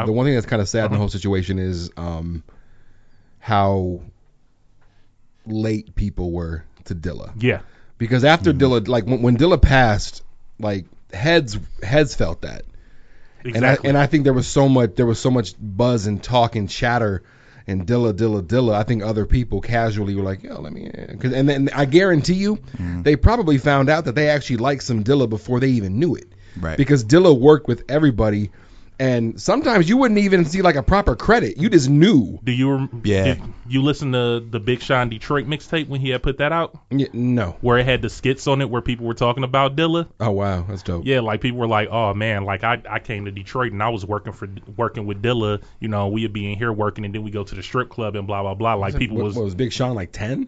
the, the one thing that's kind of sad in the whole situation is um, how late people were to Dilla. yeah. Mm-hmm. Because after Dilla, like when, when Dilla passed, like heads heads felt that, Exactly. and I and I think there was so much there was so much buzz and talk and chatter. And Dilla, Dilla, Dilla. I think other people casually were like, "Yo, let me," in." 'Cause- and then I guarantee you, Mm-hmm. they probably found out that they actually liked some Dilla before they even knew it, Right. Because Dilla worked with everybody, and sometimes you wouldn't even see like a proper credit. You just knew. Do you rem- Yeah. did you listen to the Big Sean Detroit mixtape when he had put that out, Yeah, no. where it had the skits on it, where people were talking about Dilla? Oh wow, that's dope. Yeah, like people were like, "Oh man, like I, I came to Detroit and I was working for working with Dilla. You know, we'd be in here working, and then we go to the strip club and blah blah blah." Like people What, was, what was Big Sean like ten?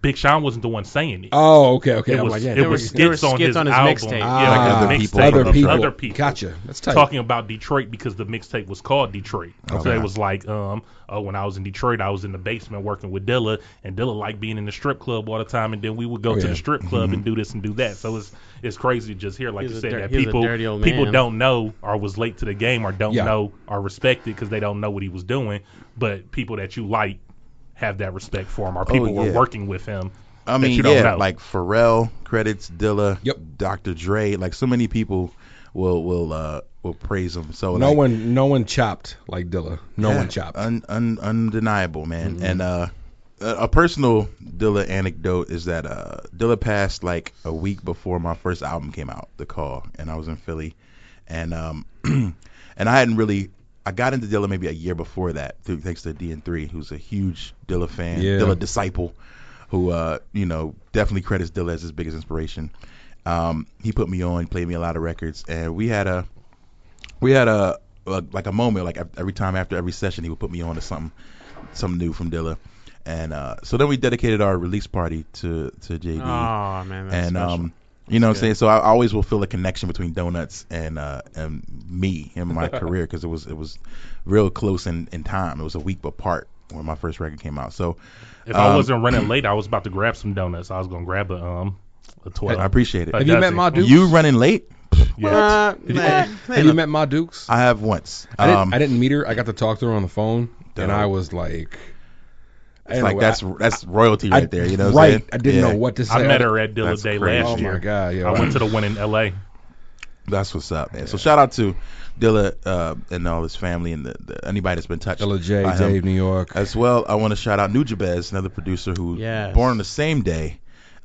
Big Sean wasn't the one saying it. Oh, okay, okay. it I'm was like, yeah, it was Big- there were skits, on skits his, on his album. mixtape. Yeah, Ah, like other his people. mixtape. other Other people. Other people. Gotcha. That's tight. talking about Detroit because the mixtape was called Detroit. Oh, So it was like, um, oh, when I was in Detroit, I was in the basement working with Dilla, and Dilla liked being in the strip club all the time, and then we Oh, would go to yeah. the strip club Mm-hmm. and do this and do that. So it's it's crazy to just hear, like He's you a said, dir- that he's a people dirty old people man. don't know or was late to the game or don't Yeah. know or respect it because they don't know what he was doing, but people that you like have that respect for him or people Oh, yeah. were working with him. I that mean, you don't yeah, know. like Pharrell credits Dilla, Yep. Dr. Dre, like so many people will will uh will praise him. So No like, one, no one chopped like Dilla. No yeah, Uh, one Mm-hmm. chopped. un, un, undeniable, man. And uh, a, a personal Dilla anecdote is that uh, Dilla passed like a week before my first album came out, The Call, and I was in Philly, and um, [clears throat] and I hadn't really. I got into Dilla maybe a year before that, through, thanks to DN3, who's a huge Dilla fan, Yeah. Dilla disciple, who uh, you know definitely credits Dilla as his biggest inspiration. Um, he put me on, played me a lot of records, and we had a we had a, a like a moment like every time after every session he would put me on to something something new from Dilla and uh, so then we dedicated our release party to to JD Oh man, that's and special. um You know what I'm saying? So I always will feel a connection between donuts and uh, and me in [laughs] my career because it was it was real close in, in time. It was a week apart when my first record came out. So If I um, wasn't running late, I was about to grab some donuts. I was gonna grab a um a twelve. I appreciate it. A Have you met dozen. Ma Dukes? You running late? Uh, Yeah. Have you met Ma Dukes? I have once. I didn't, Um, I didn't meet her. I got to talk to her on the phone, Dope. and I was like, it's I don't like know, that's I- that's royalty right there. You know, what I'm right? saying? I didn't Yeah. know what to say. I met her at Dilla oh, That's Day crazy. last Oh year. my god! Yeah, I went to the one in L.A. That's what's up, man. So shout out to Dilla uh, and all his family and the, the, anybody that's been touched Dilla J, by him. Dave, New York. As well, I want to shout out New Jabez, another producer who Yes. born on the same day.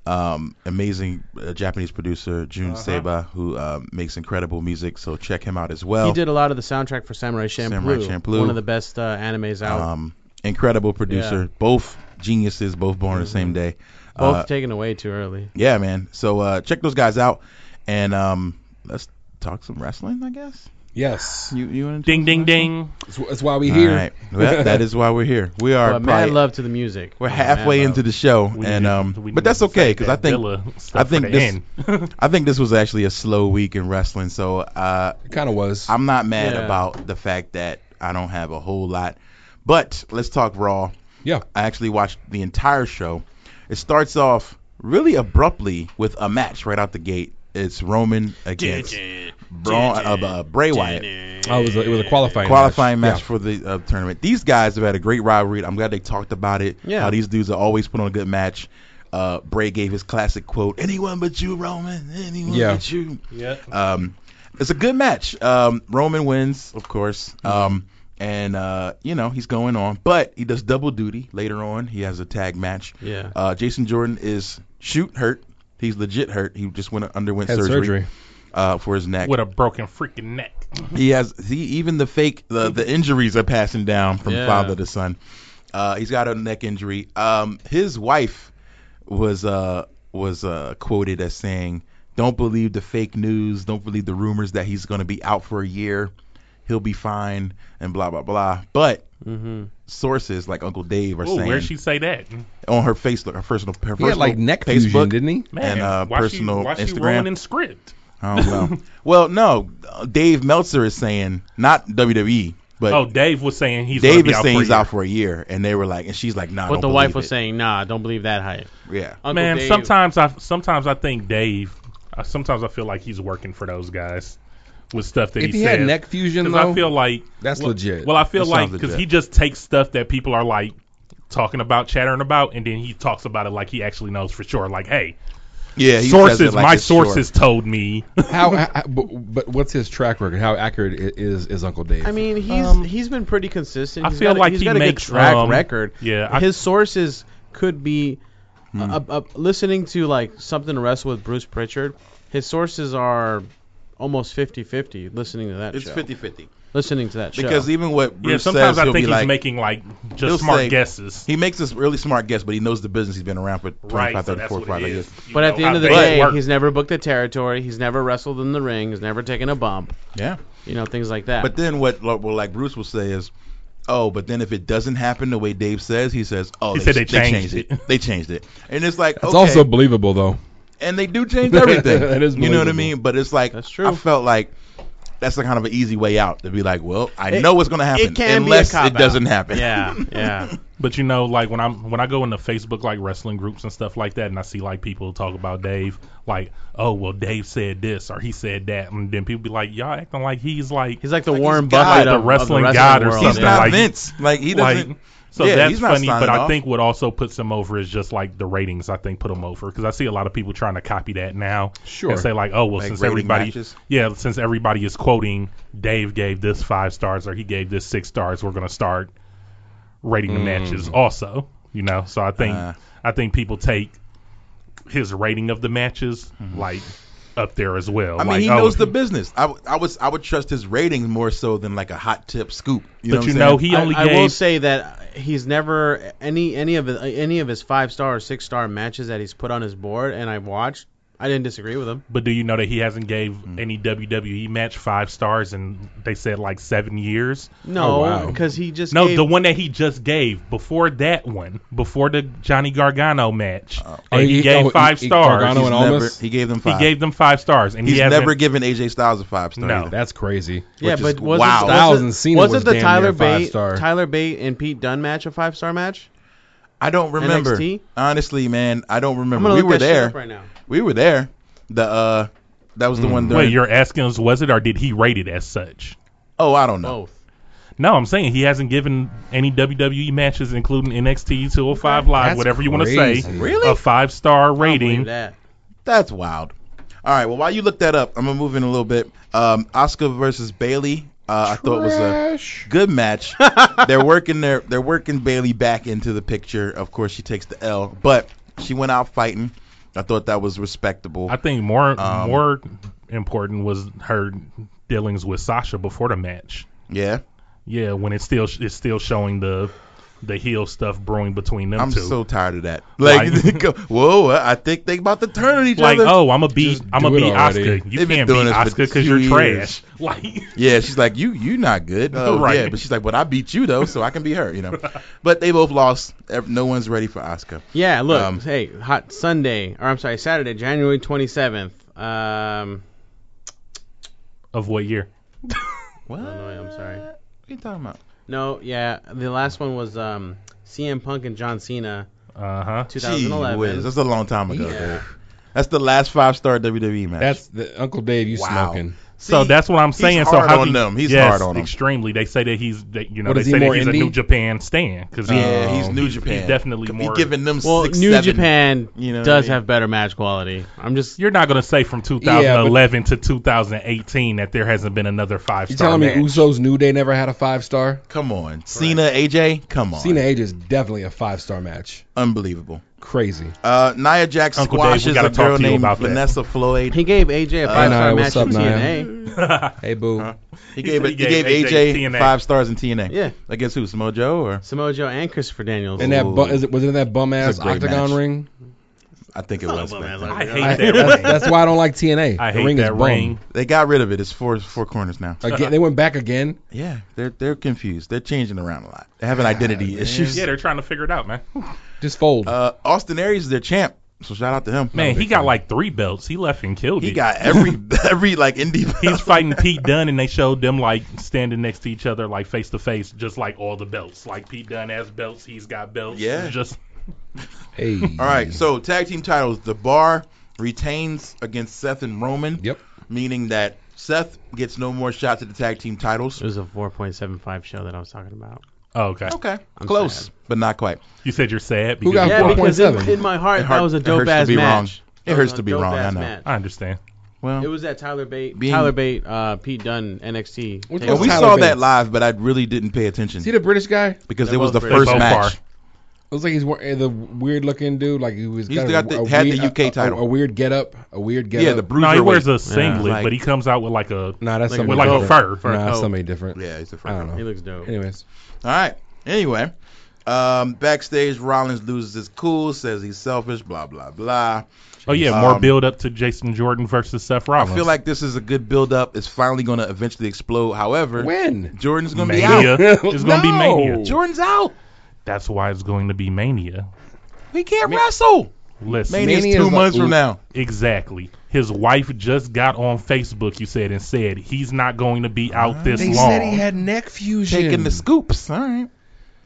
Um, amazing uh, Japanese producer Jun Uh-huh. Seba, who uh, makes incredible music. So check him out as well. He did a lot of the soundtrack for Samurai Champloo. Oh. Samurai Champloo. One of the best uh, animes out. Um, incredible producer. Yeah. Mm-hmm. Both geniuses, both born on the same day. Both Uh, taken away too early. yeah, man. So uh, check those guys out, and um, let's talk some wrestling, I guess. yes, You, you want Ding ding ding. that's, that's why we here. All right. Well, that [laughs] is why we're here. We are. But mad probably- love to the music. We're halfway into the show, Oh, We and need- um, we but need that's to okay save because I that think Dilla stuff I for think the this- end. [laughs] I think this was actually a slow week in wrestling. So uh, It kind of was. I'm not mad Yeah. about the fact that I don't have a whole lot. But let's talk Raw. yeah, I actually watched the entire show. It starts off really abruptly with a match right out the gate. It's Roman against Bra- uh, uh, Bray Wyatt. I was. A, it was a qualifying Qualifying match Yeah. for the uh, tournament. These guys have had a great rivalry. I'm glad they talked about it. Yeah. How these dudes are always put on a good match. Uh, Bray gave his classic quote, "Anyone but you, Roman. Anyone Yeah. but you." Yeah. Um, it's a good match. Um, Roman wins, of course. Um, and uh, you know he's going on, but he does double duty later on. He has a tag match. Yeah. Uh, Jason Jordan is shoot hurt. He's legit hurt. He just went underwent Had surgery, surgery. Uh, for his neck. With a broken freaking neck. He has he even the fake the the injuries are passing down from Yeah. father to son. Uh, he's got a neck injury. Um, his wife was uh was uh quoted as saying, "Don't believe the fake news. Don't believe the rumors that he's going to be out for a year. He'll be fine." And blah blah blah. But sources like Uncle Dave are Mm-hmm. Ooh, saying where'd she say that? on her Facebook, her personal, her He had personal like neck Facebook, fusion, didn't he? Man, And, uh, why personal she, why she Instagram. ruining script? I don't know. [laughs] well, no, uh, Dave Meltzer is saying not WWE, but Oh, Dave was saying he's gonna Dave be is out saying for a he's year. out for a year, and they were like, and she's like, nah. But don't the wife believe was it. saying, nah, don't believe that hype. yeah. Uncle Man, Dave- sometimes I sometimes I think Dave. Uh, sometimes I feel like he's working for those guys with stuff that If he, he had says. neck fusion, 'Cause I though, feel like that's well, legit. Well, I feel That like sounds because legit. he just takes stuff that people are like talking about, chattering about, and then he talks about it like he actually knows for sure. Like, hey, Yeah. he says it sources, like my it's short. sources told me. How? how but, but what's his track record? How accurate i- is is Uncle Dave? I mean, he's Um, he's been pretty consistent. I He's feel got a- like he's he got makes, a good track um, record. yeah, I- Hmm. his sources could be uh, uh, listening to like something to wrestle with Bruce Pritchard. His sources are almost 50-50 listening to that It's show. 50-50. listening to that show. Because even what [laughs] Bruce yeah, sometimes says, I he'll think be he's like, making like he'll just smart say- guesses. he makes this really smart guess, but he knows the business he's been around for 25, right, so 30, that's 40, what 45 it years. is. You but know at the how end of the they day, work. he's never booked a territory. He's never wrestled in the ring. He's never taken a bump. Yeah. You know, things like that. But then what, like- well, like Bruce will say is, oh, but then if it doesn't happen the way Dave says, he says, oh, He they, said they changed, it. changed it. They changed it. And it's like, it's okay. also believable though. and they do change [laughs] everything. That is you know what I believable. mean? But it's like That's true. I felt like that's the kind of an easy way out to be like, well, I know what's gonna happen it can be a unless it cop-out. doesn't happen. [laughs] yeah, yeah. But you know, like when I'm when I go into Facebook like wrestling groups and stuff like that, and I see like people talk about Dave, like, oh well, Dave said this or he said that, and then people be like, y'all acting like he's like He's like the Like Warren he's God. Buffett Like the of, wrestling of the god wrestling or world. he's something. not like- Vince. Like he doesn't. like. So yeah, that's he's not funny, signing but I off. think what also puts him over is just like the ratings. I think put him over because I see a lot of people trying to copy that now Sure. and say like, oh well, Like since rating everybody, matches? yeah, since everybody is quoting Dave gave this five stars or he gave this six stars, we're gonna start rating the matches also. You know, so I think Mm. Uh. I think people take his rating of the matches like up there as well. Mm. I mean, like, he oh, knows if the business. I, w- I was I would trust his ratings more so than like a hot tip scoop. You know But what you I'm know, saying? he only I, I gave will say that he's never any any of his, any of his five star or six star matches that he's put on his board, and I've watched. I didn't disagree with him. But do you know that he hasn't gave Mm. any WWE match five stars in they said like seven years? No, [laughs] wow. because he just Oh, No, gave- the one that he just gave before that one, before the Johnny Gargano match, and he, he- gave oh, five he- he- stars. Gargano He's and never- Almas? he gave them he five. gave them five stars, and He's he hasn't. never given AJ Styles a five star. No. either. That's crazy. yeah, which is but was wow. it, Styles was and it, Cena was was it the damn Tyler near Bate, five-star. Tyler Bate and Pete Dunn match a five star match? I don't remember. NXT? Honestly, man, I don't I'm remember. gonna We look were that shit there. up right now. We were there. The uh, that was the one. During, Mm. Wait, you're asking us was it or did he rate it as such? oh, I don't know. Both. No, I'm saying he hasn't given any WWE matches, including NXT 205 Live, That's whatever you want to say, crazy. Really? a five star I don't believe rating. that. That's wild. All right. Well, while you look that up, I'm gonna move in a little bit. Um, Oscar versus Bailey. Uh, I thought was a good [laughs] match. they're working their they're working Bailey back into the picture. Of course, she takes the L, but she went out fighting. I thought that was respectable. I think more Um, more important was her dealings with Sasha before the match. yeah. Yeah, when it's still it's still showing the the heel stuff brewing between them I'm two. so tired of that. Like, [laughs] Like- whoa, uh, I think they about to turn on each like, other. oh, I'm a beat, Just I'm a do it beat Oscar. already. You They've been can't doing beat this for Oscar because two you're years. trash. [laughs] Like, Yeah, she's like, you, you not [laughs] good. Oh, Right. Yeah, but she's like, but I beat you though, so I can be her, you [laughs] know. But they both lost. Ev- No one's ready for Oscar. Yeah, look, Um, hey, hot Sunday, or I'm sorry, Saturday, January 27th. Um, of what year? What? Illinois, oh, I'm sorry. What are you talking about? No, yeah, the last one was um, CM Punk and John Cena, Uh huh. Gee 2011. whiz, that's a long time ago. Yeah. dude. That's the last five star WWE E match. That's the, Uncle Dave. You Wow. smoking? So See, that's what I'm he's saying. so hard how on can- them. He's yes, hard on them. Extremely. They say that he's that you know What, they is he say that more he's a indie? New Japan stan because yeah, he's New he's- Japan. he's Oh, definitely Could more- Be giving them Well, six, New seven. Japan you know what does I mean? have better match quality. I'm just You're not gonna say from 2011 to 2018 that there hasn't been another five You star telling match. me Usos New Day never had a five star? Come on, Cena, AJ. Come on, Cena Age is definitely a five star match. unbelievable. Crazy. Uh, Nia Jax Uncle Dave, we squashes gotta a girl talk to you named about that. Vanessa Floyd. he gave AJ a five star Nia, what's match up, in Nia? TNA. Hey boo. He gave, he it. he gave, gave AJ, TNA. five stars in TNA. Yeah. Against who? Samoa Joe or Samoa Joe and Christopher Daniels. And that Ooh. bu- is it, was it that bum ass It's a great octagon match. ring? I think it was. back then. I hate I- that that's, ring. that's why I don't like TNA. I the hate ring is that bum. ring. They got rid of it. It's four four corners now. Again, they went back again. Yeah, they're they're confused. They're changing around a lot. They have an identity issues. Yeah, they're trying to figure it out, man. [laughs] Just fold. Uh, Austin Aries is their champ, so shout out to him. Man, he got like three belts. He left and killed he it. got every [laughs] [laughs] every like indie. He's belt. fighting Pete Dunne, and they showed them like standing next to each other, like face to face, just like all the belts. Like Pete Dunne has belts, he's got belts. Yeah. Just hey. [laughs] All right, so tag team titles. The Bar retains against Seth and Roman. Yep. Meaning that Seth gets no more shots at the tag team titles. It was a 4.75 show that I was talking about. oh, okay. Okay, I'm close, sad. but not quite. You said you're sad. Who because- got- Yeah, because in, 4.7. in my heart, It hurt- that was a it hurts dope to ass be match. wrong. It That hurts was a to be wrong, dope-ass I know. match. I understand. Well, It was that Tyler Bate, Being- Tyler Bate, uh, Pete Dunn, NXT. Which takeover. And we Tyler saw Bates. that live, but I really didn't pay attention See the British guy? It because They're it was the both very- first They both match. are. looks like he's wearing the weird looking dude. Like he was. He's got got the- had the weird- UK a- a- title. A, weird getup. A weird getup. Yeah, the bruiser. No, he wears a singlet, Like- Oh, but he comes out with like a Nah, that's Like a- somebody with like a different. fur. fur Nah, that's coat. somebody different. Yeah, he's the I first. don't one. know. He looks dope. Anyways, All right. Anyway, um, backstage, Rollins loses his cool, says he's selfish, blah blah blah. Oh yeah, more Um, build up to Jason Jordan versus Seth Rollins. I feel like this is a good build up. It's finally going to eventually explode. However, when? Jordan's going to be Mania out. [laughs] is going to be No. Mania. Jordan's out. That's why it's going to be Mania. He can't wrestle. Listen, Mania's Mania two is months like- from now. Exactly. His wife just got on Facebook, you said, and said he's not going to be out this They long. said he had neck fusion. Taking the scoops. All right.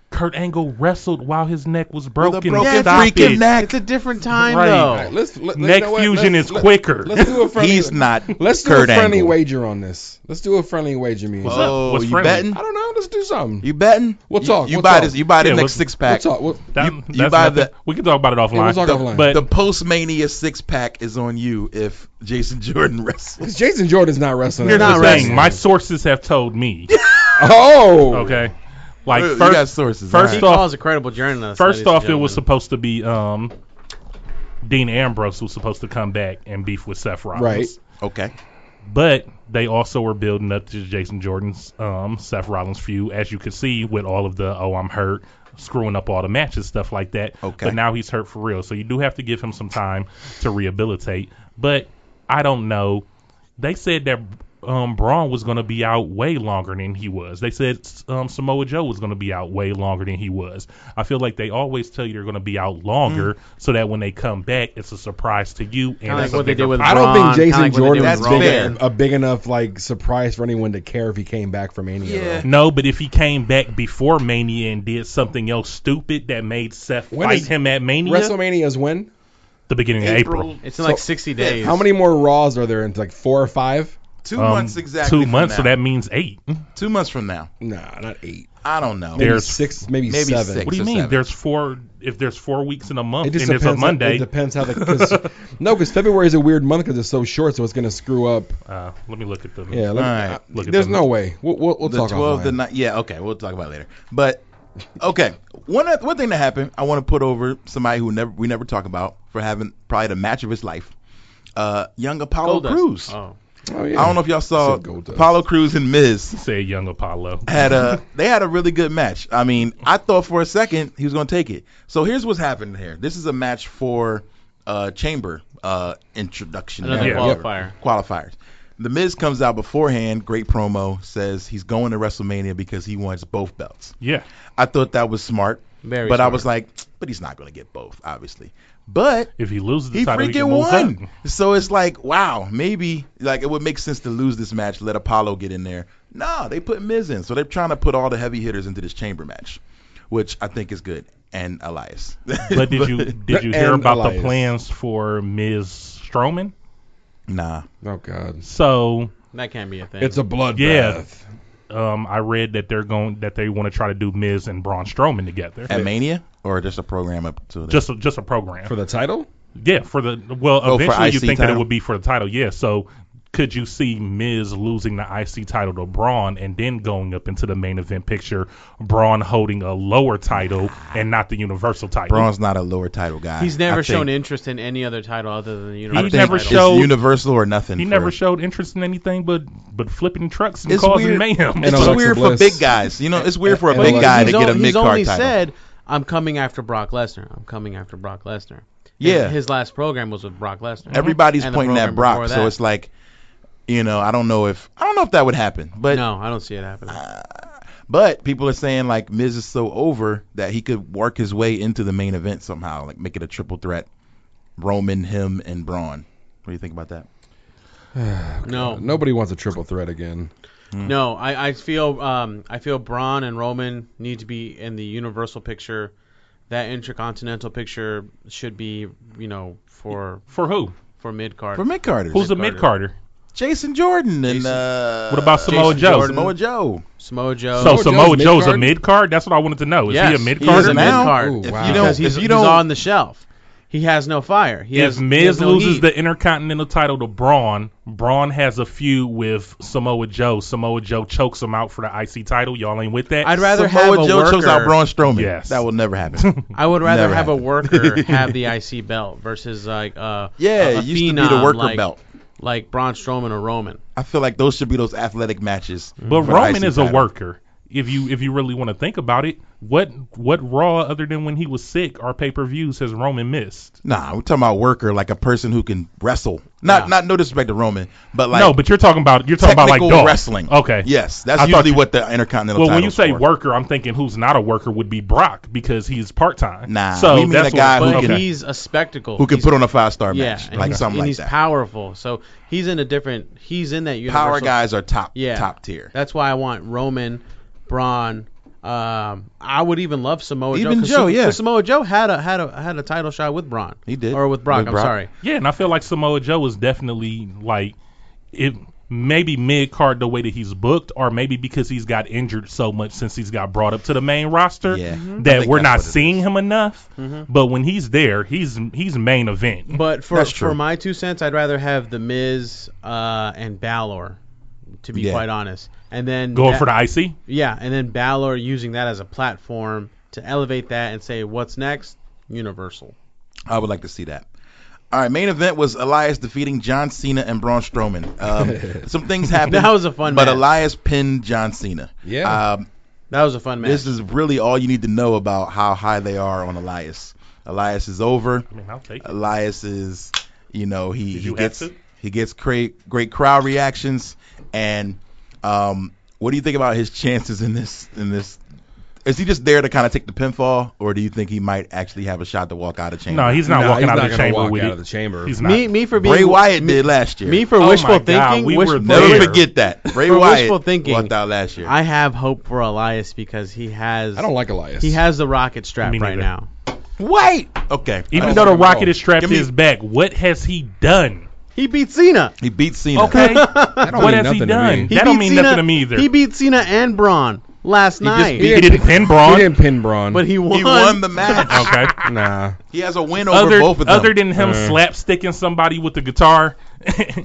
Kurt Angle wrestled while his neck was broken. With a broken Stop freaking it. neck. It's a different time Right. All right, though. let's, let, let- Neck you know what? fusion Let's- is let- quicker. Let's do a [laughs] friendly. He's not. [laughs] Let's do Kurt a friendly Angle. wager on this. Let's do a friendly wager, me. and you. up? Oh, What's you friendly? betting? I don't know. Let's do something. You betting? We'll You- talk, You we'll buy talk. this. You buy the Yeah, next let's- six We'll pack. talk. We'll- That- You- that's you buy nothing. the- we can talk about it we'll offline. talk The, offline. But the post mania six pack is on you if Jason [laughs] Jordan wrestles. Jason Jordan's not wrestling. here's not the wrestling. thing: my sources have told me. [laughs] [laughs] Oh. Okay, like You got first, sources. first He alright. off- calls a credible journalist. first ladies and off, it was gentlemen. supposed to be um, Dean Ambrose was supposed to come back and beef with Seth Rollins. Right. okay. But they also were building up to Jason Jordan's um, Seth Rollins feud, as you could see with all of the oh I'm hurt, screwing up all the matches, stuff like that. Okay. But now he's hurt for real, so you do have to give him some time to rehabilitate. But I don't know. They said that um, Braun was going to be out way longer than he was. They said um, Samoa Joe was going to be out way longer than he was. I feel like they always tell you they're going to be out longer so that when they come back, it's a surprise to you. And like it's a what they bigger did with pop- I don't Braun, think kinda Jason like what they Jordan did was with That's big, fair. Roman. a big enough like surprise for anyone to care if he came back from Mania. Yeah. though. No, but if he came back before Mania and did something else stupid that made Seth When fight is him at Mania, WrestleMania is when? the beginning of April. It's in like So- 60 days. How many more Raws are there? In like four or five? Two Um, months exactly. Two from months, so now. that means eight. Two months from now. Nah, not eight. I don't know. Maybe There's- six, maybe, maybe seven. six. What do you or mean? seven. There's four. If there's four weeks in a month, It just and it's a depends. Monday. It depends [laughs] how the cause, no, because February is a weird month because it's so short, so it's gonna screw up. uh, let me look at the. Yeah, let, All right. uh, Look at there's them. no way. We'll, we'll, we'll the talk 12th, the offline. ni- yeah, okay, we'll talk about it later. But okay, one oth- one thing that happened, I want to put over somebody who never we never talk about for having probably the match of his life, uh, young Apollo Goldust. Cruz. Oh. Oh, yeah. I don't know if y'all saw Said Goldust. Apollo Cruz and Miz Say young Apollo. had a they had a really good match. I mean, I thought for a second he was gonna take it. So here's what's happening here. This is a match for uh, Chamber uh, introduction Another Yeah. qualifier. qualifiers. The Miz comes out beforehand, great promo, says he's going to WrestleMania because he wants both belts. Yeah. I thought that was smart. Very but I smart. was like, but he's not going to get both, obviously. But If he loses the he title, he freaking can lose won. that. [laughs] So it's like, wow, maybe like it would make sense to lose this match, let Apollo get in there. No, they put Miz in. So they're trying to put all the heavy hitters into this chamber match, which I think is good. And Elias. But [laughs] did [laughs] you did you hear And about the Elias. plans for Ms. Strowman? nah. Oh God, So That can't be a thing. it's a bloodbath. Yeah. um, I read that they're going that they want to try to do Miz and Braun Strowman together. At Mania or just a program up to the- just a, just a program. for the title. yeah, for the well, Oh, for eventually you IC think that it title? would be for the title. Yeah, so could you see Miz losing the IC title to Braun and then going up into the main event picture, Braun holding a lower title and not the Universal title? Braun's not a lower title guy. He's never I shown think- interest in any other title other than the I Universal think never it's title. showed- Universal or nothing. he for- never showed interest in anything but but flipping trucks and It's causing weird. mayhem. And It's Alexa weird for Bliss. big guys. You know, it's weird for a And big Alexa- guy to He's get a on- mid He's card only title. said, "I'm coming after Brock Lesnar. I'm coming after Brock Lesnar." Yeah. His last program was with Brock Lesnar. Mm-hmm. Everybody's And the pointing at program Brock, before so that. it's like, you know, I don't know if I don't know if that would happen, but Ah, no, I don't see it happening. but people are saying like Miz is so over that he could work his way into the main event somehow, like make it a triple threat, Roman, him, and Braun. What do you think about that? no, no, Nobody wants a triple threat again. Mm-hmm. I, I feel um, I feel Braun and Roman need to be in the Universal picture. That Intercontinental picture should be, you know, for for who? for mid card. For mid carders, Who's the mid Carter? Jason Jordan and uh, What about Samoa Jason Joe? Jordan. Samoa Joe? Samoa Joe. So Samoa Samoa Joe's Joe's a mid-card? mid card. That's what I wanted to know. Is Yes, he a mid He's a Carter carder? now? mid card. Ooh, If wow. you don't, Because he's, if you he's don't- on the shelf. He has no fire. He has, If he Miz has no loses heat. the Intercontinental title to Braun, Braun has a feud with Samoa Joe. Samoa Joe chokes him out for the IC title. Y'all ain't with that. I'd rather Samoa have a Joe worker. chose out Braun Strowman. Yes. That will never happen. I would rather Never have a happened. [laughs] worker have the IC belt versus like uh Yeah, a, a it used to be the phenom worker like, belt. like Braun Strowman or Roman. I feel like those should be those athletic matches. but for the Roman IC is a title. worker. If you if you really want to think about it, what what Raw other than when he was sick or pay per views has Roman missed? Nah, we're talking about worker, like a person who can wrestle. Not Yeah. not no disrespect to Roman, but like no, but you're talking about you're talking about like technical dog. wrestling. Okay. Yes, that's I thought usually you- what the intercontinental. Well, when you title's say for. worker, I'm thinking who's not a worker would be Brock because he's part time. Nah, so we mean that's a guy what, who But okay. can- he's a spectacle. who can He's- put on a five star yeah, match, and like he's, something and like he's that. powerful. So he's in a different. He's in that universal. Power guys are top Yeah, top tier. That's why I want Roman, Braun. Um, I would even love Samoa Joe. Even 'cause Joe, Sam- yeah. 'cause Samoa Joe had a had a had a title shot with Braun. He did. Or with Brock. With I'm Brock. sorry. Yeah, and I feel like Samoa Joe is definitely like it maybe mid card the way that he's booked, or maybe because he's got injured so much since he's got brought up to the main roster Yeah. Mm-hmm. Mhm. I that think we're that's not what it seeing him enough. But when he's there, he's he's main event. But for That's true. for my two cents, I'd rather have the Miz uh, and Balor, to be Yeah. quite honest. And then Going that- for the IC, yeah, and then Balor using that as a platform to elevate that and say what's next, Universal. I would like to see that. All right, main event was Elias defeating John Cena and Braun [laughs] Strowman. Um, some things happened. That was a fun But match. Elias pinned John Cena. Yeah. Um, That was a fun match. This is really all you need to know about how high they are on Elias. Elias is over. I mean, I'll take Uh, it. Elias is, you know, he, you he have gets to? he gets great great crowd reactions. And um, what do you think about his chances in this in this? Is he just there to kind of take the pinfall, or do you think he might actually have a shot to walk out of chamber? No, he's not Nah, walking he's out not of the gonna chamber walk with out it. of the chamber. He's not. me, me for being Bray Wyatt did last year. Me for Oh my wishful God, thinking. we wish- were Never there. forget that. Bray For Wyatt wishful thinking. walked out last year. I have hope for Elias because he has. I don't like Elias. He has the rocket strap Me right neither. now. Wait. Okay. Oh Even I though don't the know. rocket is strapped Give to me- his back, what has he done? He beat Cena. He beat Cena. Okay, [laughs] That don't what has mean he nothing to done? me. He that don't beat mean Cena- nothing to me either. He beat Cena and Braun last just night, beat- He didn't pin Braun. He didn't pin Braun. but he won. He won the match. Okay. nah. he has a win over Other, both of them. other than him Uh. slapsticking somebody with the guitar, [laughs]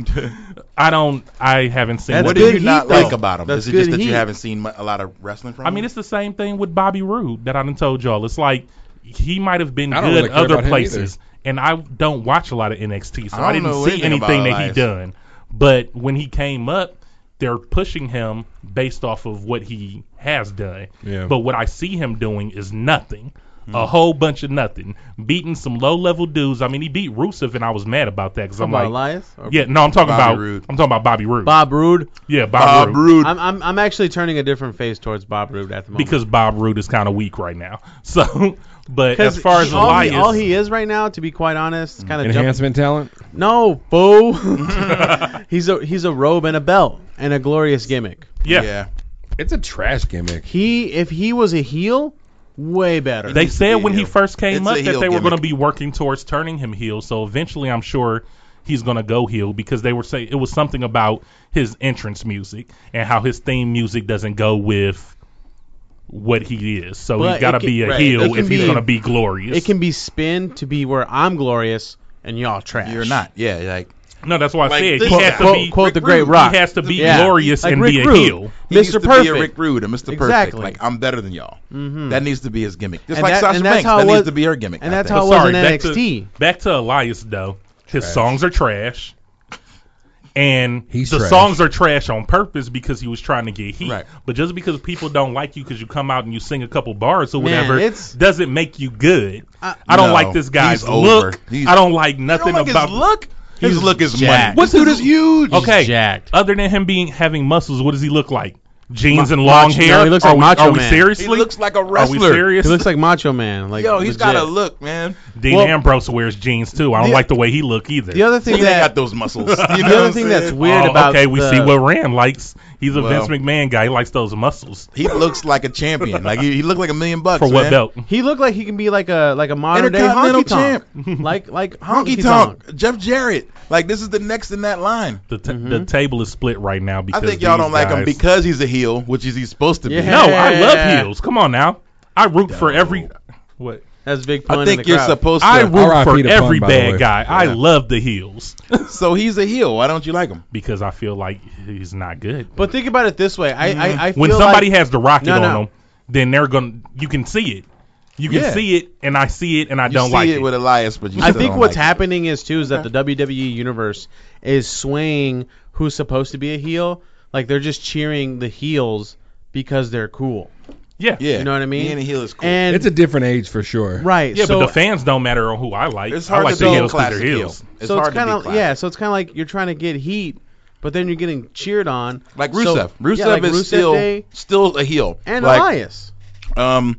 I don't. I haven't seen. That's what what do good you not heat, like though. about him? That's Is it just good that you heat. haven't seen mu- a lot of wrestling from I him? mean, it's the same thing with Bobby Roode that I done told y'all. It's like he might have been I good don't really care other about him places, and I don't watch a lot of NXT, so I I, don't didn't know see anything about anything that he Elias. done. But when he came up, they're pushing him based off of what he has done. Yeah. But what I see him doing is nothing. A whole bunch of nothing, beating some low-level dudes. I mean, he beat Rusev, and I was mad about that because I'm About like, Elias? Or yeah, no, I'm talking Bobby about, Roode. I'm talking about Bobby Roode. Bob Roode. yeah, Bob, Bob Roode. Roode. I'm, I'm I'm actually turning a different face towards Bob Roode at the moment. because Bob Roode is kind of weak right now. [laughs] So, but as 'Cause far as he- all Elias, he, all he is right now, to be quite honest, kind of jumping. Mm. Enhancement talent. No, [laughs] boo. [laughs] he's a he's a robe and a belt and a glorious gimmick. yeah, yeah. It's a trash gimmick. He if he was a heel, way better. they a said when he heel. first came It's up a that heel they were going to gimmick. be working towards turning him heel. So eventually, I'm sure he's going to go heel because they were saying it was something about his entrance music and how his theme music doesn't go with what he is. So But he's got to it can- be a right, it heel can if he's be- going to be glorious. it can be spinned to be where I'm glorious and y'all trash. You're not. Yeah. Like no, that's why I Like, said this he has guy- to Quote, be quote the Rick Great Rude. Rock. he has to be Yeah. glorious Like and Rick be a Rude. heel. he used Mr. to be Perfect. a Rick Rude and Mr. Exactly. Perfect. Like I'm better than y'all. Mhm. That needs to be his gimmick. Just And like that- Sasha and that's Banks. how Mm-hmm. That it needs was- to be her gimmick. and I that's think. how it But was sorry, in back to- NXT. Back to Elias though. His songs are trash. And He's the trash. songs are trash on purpose because he was trying to get heat. Right. But just because people don't like you because you come out and you sing a couple bars or Man, whatever it's- doesn't make you good. I don't No, like this guy's he's over. look. He's- I don't like You don't nothing like about his look. He's His look is jacked. money. This dude is huge. Okay. jacked. Other than him being having muscles, what does he look like? Jeans Ma- and long macho- hair. no, he looks are like we, Macho are we Man. seriously? He looks like a are we wrestler. serious? He looks like Macho Man. Like Yo, he's legit. got a look, man. Dean Well- Ambrose wears jeans too. I don't The- like the way he look either. The other thing He ain't that got those [laughs] muscles. You know what the other I'm saying? thing that's weird Oh, about okay, we the- see what Rand likes. He's a Well- Vince McMahon guy. He likes those muscles. He looks like a champion. Like he, he looked like a million bucks. For what man. belt? He looked like he can be like a like a modern day Intercontinental honky tonk, [laughs] like like Honky Tonk. Jeff Jarrett. Like this is the next in that line. The, t- the table is split right now I because think y'all these don't like him guys- because he's a heel, which is he's supposed to be. Yeah. no, I love Yeah. heels. Come on now, I root for every what That's big pun. I in think the you're crowd. supposed to. I root RIP for to Pun, every by the bad way. guy. I Yeah. love the heels so he's a heel. Why don't you like him? because I feel like he's not good. But think about it this way. I I, I feel when somebody like, has the rocket No, on no. them, then they're gonna you can see it. You can Yeah. see it, and I see it, and I You don't see like it, it. with Elias, but you I still think don't what's like it. happening is too is that the WWE universe is swaying who's supposed to be a heel. Like they're just cheering the heels because they're cool. yeah, Yeah, You know what I mean? Being a heel is cool. And It's a different age for sure. right. yeah. so, but the fans don't matter on who I like. it's I hard like to the be heels because classic they're heel. heels. It's so hard it's kind to be of classic. yeah. So it's kind of like you're trying to get heat, but then you're getting cheered on. Like So- Rusev. Rusev yeah, like is Rusev still Day still a heel. and like, Elias. Um,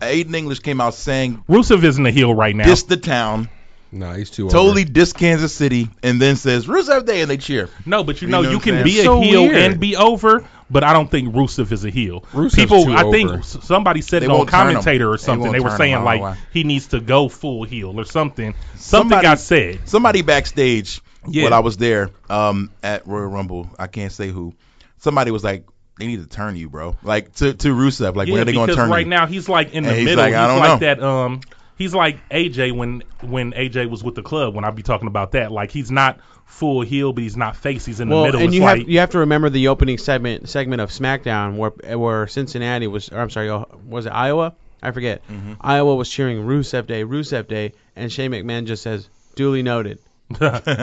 Aiden English came out saying Rusev isn't a heel right now. diss the town, No, he's too totally Over. diss Kansas City, and then says Rusev Day, and they cheer. No, but you You know know you what I'm can saying? be a So heel weird. and be over, but I don't think Rusev is a heel. Rusev's People, too I think over. s- somebody said They it on won't turn him. commentator or They something. won't They, were turn him. I saying don't know why. like he needs to go full heel or something. Something Somebody- got said. Somebody backstage Yeah. when I was there um, at Royal Rumble, I can't say who. Somebody was like, "They need to turn you, bro." Like to to Rusev, like when yeah, are they going to because turn right you? now he's like in the And he's middle. like, I he's don't like know. that. Um, he's like AJ when when AJ was with the club. When I be talking about that, like he's not full heel, but he's not face. He's in the Well, middle. and it's you like, have you have to remember the opening segment segment of SmackDown where where Cincinnati was, or I'm sorry, oh, was it Iowa? I forget. Mm-hmm. Iowa was cheering Rusev Day, Rusev Day, and Shane McMahon just says, [laughs] "Duly noted."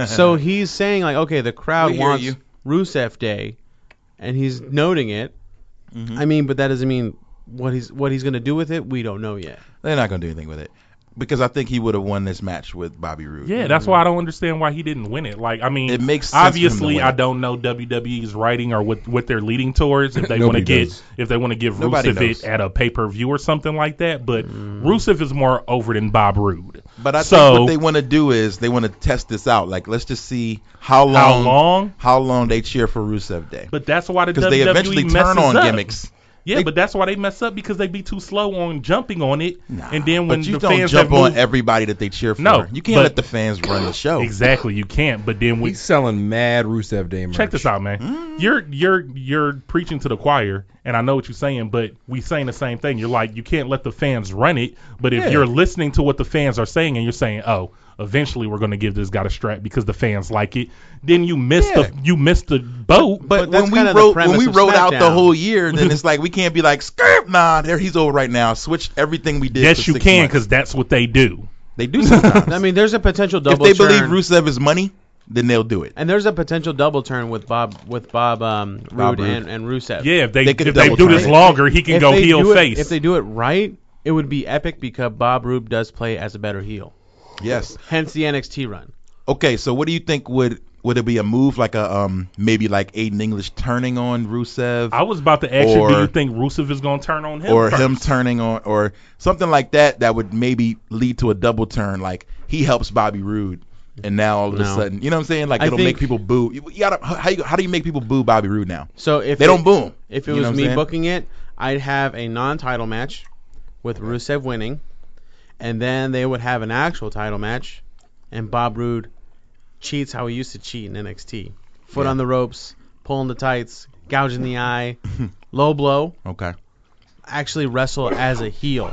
so he's saying like, okay, the crowd We hear wants you. Mm-hmm. Rusev Day, and he's noting it. I mean, but that doesn't mean What he's what he's gonna do with it, we don't know yet. They're not gonna do anything with it because I think he would have won this match with Bobby Roode. Yeah, that's why I don't understand why he didn't win it. Like, I mean, It makes sense for him to obviously win I it. don't know WWE's writing or what what they're leading [laughs] towards if they want to Nobody get does. if they want to give Nobody Rusev knows. it at a pay per view or something like that. But Rusev is more over than Bob Roode. But I think so what they want to do is they want to test this out. Like, let's just see how long, how long? how long they cheer for Rusev Day. But that's why the Because WWE they eventually turn messes on up. gimmicks. Yeah, They- but that's why they mess up because they be too slow on jumping on it. Nah, and then when but you the don't fans jump have on moved, everybody that they cheer for. No, you can't but- let the fans run the show. exactly you can't. But then we He's selling mad Rusev Day merch. check this out, man. You're you're you're preaching to the choir, and I know what you're saying, but we saying the same thing. You're like you can't let the fans run it, but if Yeah. you're listening to what the fans are saying and you're saying, oh, eventually we're gonna give this guy a strap because the fans like it, then you miss Yeah. the you miss the boat. But, But that's when we kinda the wrote when premise we of wrote out the SmackDown. whole year, [laughs] then it's like we can't be like skirt. Nah, there he's over right now. Switch everything we did. yes, for you six can months. because that's what they do. they do [laughs] sometimes. I mean, there's a potential [laughs] if double. they turn, believe Rusev is money, then they'll do it. and there's a potential double turn with Bob with Bob um, Bob Roode Roode. and, and Rusev. Yeah, if they, They could if they double do turn this it. longer, he can If go they heel do it- face. If they do it right, it would be epic because Bob Roode does play as a better heel. Yes. Hence the NXT run. Okay, so what do you think would would it be a move like a um maybe like Aiden English turning on Rusev? I was about to ask you, do Or- you think Rusev is going to turn on him or first? him turning on or something like that that would maybe lead to a double turn like he helps Bobby Roode and now all of a No. sudden you know what I'm saying like I it'll think- make people boo you you gotta how, you, how do you make people boo Bobby Roode now So if They it- don't boo him. If You it know what was I'm me saying? booking it, I'd have a non-title match with Rusev winning, and then they would have an actual title match, and Bob Roode cheats how he used to cheat in NXT: foot on the ropes, pulling the tights, gouging [laughs] the eye, low blow. okay Actually wrestle as a heel,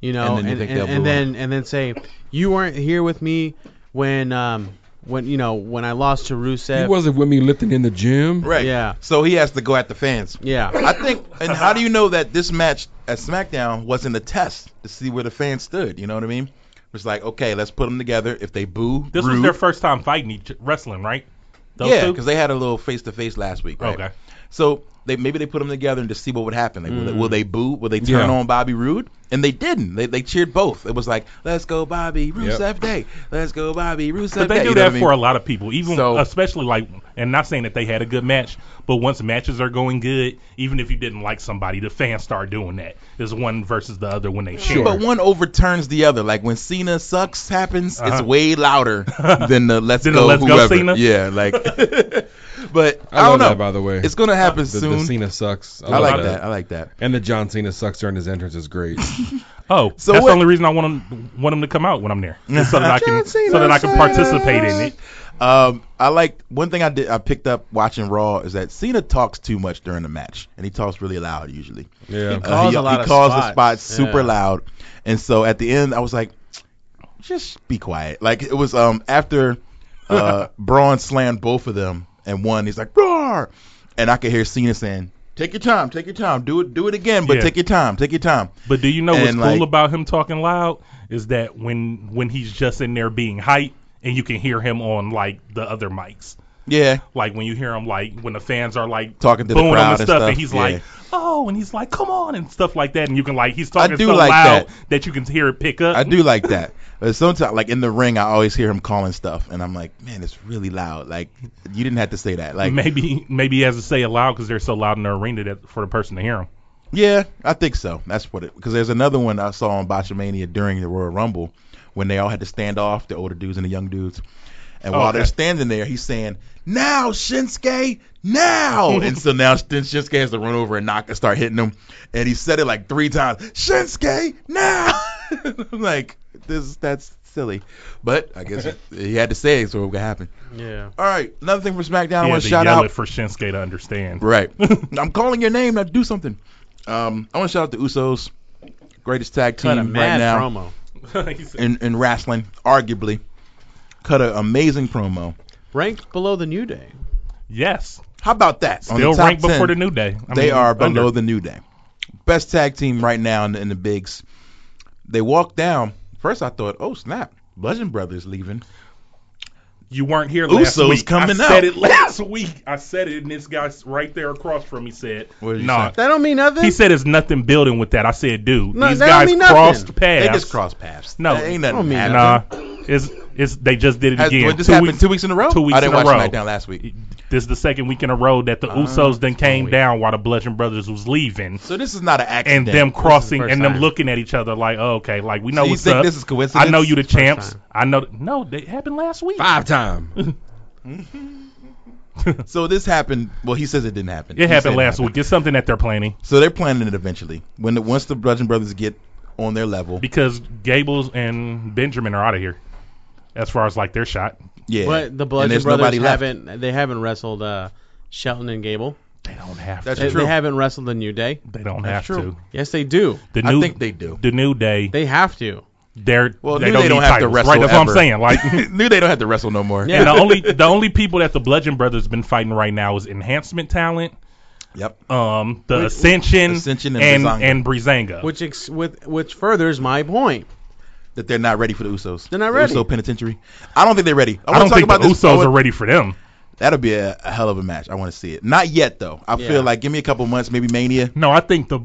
you know, And and then and, you think they'll and, boo him. then and then say you weren't here with me when um when you know when I lost to Rusev. He wasn't with me lifting in the gym. right Yeah. so he has to go at the fans yeah. I think and how do you know that this match at SmackDown wasn't a test to see where the fans stood you know what I mean it's like okay let's put them together if they boo This was Roode- their first time fighting each wrestling, right? Those yeah, two? because they had a little face to face last week. Right? Okay. So they maybe they put them together and just see what would happen. Like, will, they, will they boo? Will they turn Yeah. on Bobby Roode? And they didn't. They, they cheered both. It was like, let's go Bobby Rusev Yep. Day. Let's go Bobby Rusev But Day. You they do know that what I for a mean? lot of people, even So- especially like, and not saying that they had a good match, but once matches are going good, even if you didn't like somebody, the fans start doing that. There's one versus the other when they share. But one overturns the other. Like when Cena sucks happens, Uh-huh. it's way [laughs] louder than the let's Than the go Let's Go whoever. Cena? Yeah, [laughs] like. but I, I, don't love know. that, by the way. Uh, it's gonna happen the, soon. the Cena sucks. I love like that. I like that. And the John Cena sucks during his entrance [laughs] is great. oh, So that's what- the only reason I want them want them to come out when [laughs] I'm there, Just so that I can so that I can participate in it. Um, I liked one thing I did. I picked up watching Raw is that Cena talks too much during the match, and he talks really loud usually. Yeah. Uh, calls he, a lot he of calls the spots spots. super Yeah. loud, and so at the end I was like, just be quiet. Like it was um after [laughs] uh Braun slammed both of them and one, he's like roar, and I could hear Cena saying, "Take your time, take your time, do it, do it again, but Yeah. take your time, take your time." But do you know what's And, cool like- about him talking loud is that when when he's just in there being hype, and you can hear him on like the other mics. Yeah, Like when you hear him, like when the fans are like Talking to the booing him crowd and and stuff, stuff, and he's yeah. like, "Oh," and he's like, "Come on," and stuff like that, and you can like he's talking do so like loud that. that. you can hear it pick up. I do like that. But sometimes, like in the ring, I always hear him calling stuff, and I'm like, man, it's really loud. Like, you didn't have to say that. Like, Maybe maybe he has to say it loud because they're so loud in the arena that for the person to hear him. yeah, I think so. That's what it. Because there's another one I saw on Botchamania during the Royal Rumble when they all had to stand off, the older dudes and the young dudes. And while Okay. they're standing there, he's saying, "Now, Shinsuke, now!" and so now Shin- Shinsuke has to run over and knock and start hitting him. And he said it like three times, "Shinsuke, now!" [laughs] I'm like, this that's silly, but I guess he had to say it, so it would happen. Yeah. All right, another thing for SmackDown. I He want has to to shout yell out. it for Shinsuke to understand. right, I'm calling your name. Now do something. Um, I want to shout out the Usos, greatest tag Cut team a right mad now promo. [laughs] He said- in, in wrestling, arguably. Cut an amazing promo. Ranked below the New Day. yes, How about that? On the they'll top rank 10, before the new day. I They mean, are below under. the New Day. Best tag team right now in the, in the bigs. They walk down. First, I thought, oh snap, Bludgeon Brothers leaving. You weren't here last Usos week. coming I out. said it [laughs] last week. I said it, and this guy right there across from me said, What did you "Nah." That don't mean nothing. He said, "It's nothing building with that." I said, "Dude, No, these that don't guys mean nothing. crossed paths. They just cross paths. No. That ain't Don't nothing. mean happened. Nah, uh, it's it's they just did it Has- again. what, this happened two weeks in a row. Two weeks I didn't in a watch row. SmackDown last week. Ah, This is the second week in a row that the Usos then came week. down while the Bludgeon Brothers was leaving, So this is not an accident. and them crossing first and them time. looking at each other like, "Oh, okay, like we know you what's think up." this is I know coincidence? you the First champs. I know. No, they happened last week. Five time. So this happened. Well, he says it didn't happen. It happened last week. It's something that they're planning So they're planning it eventually. When the, once the Bludgeon Brothers get on their level, because Gables and Benjamin are out of here. As far as like their shot, yeah. But the And Bludgeon there's Brothers nobody left. haven't they haven't wrestled uh, Shelton and Gable. they don't have That's to. They, true. they haven't wrestled the New Day. They don't have That's to. true. Yes, they do. The I new think they do. the new day. They have to. They're Well, they New don't Day need don't have to titles, wrestle right? That's what I'm ever. [laughs] saying. Like New Day don't have to wrestle no more. Yeah. And the only the only people that the Bludgeon Brothers been fighting right now is enhancement talent, Yep. um, the Ascension, Ascension and and Brizanga. and Brizanga. Which ex- with which furthers my point. That they're not ready for the Usos. They're not ready. Uso Penitentiary. I don't think they're ready. I wanna don't talk think the about this. I Usos wanna- are ready for them. That'll be a, a hell of a match. I want to see it. Not yet though. I Yeah. feel like give me a couple months, maybe Mania. No, I think the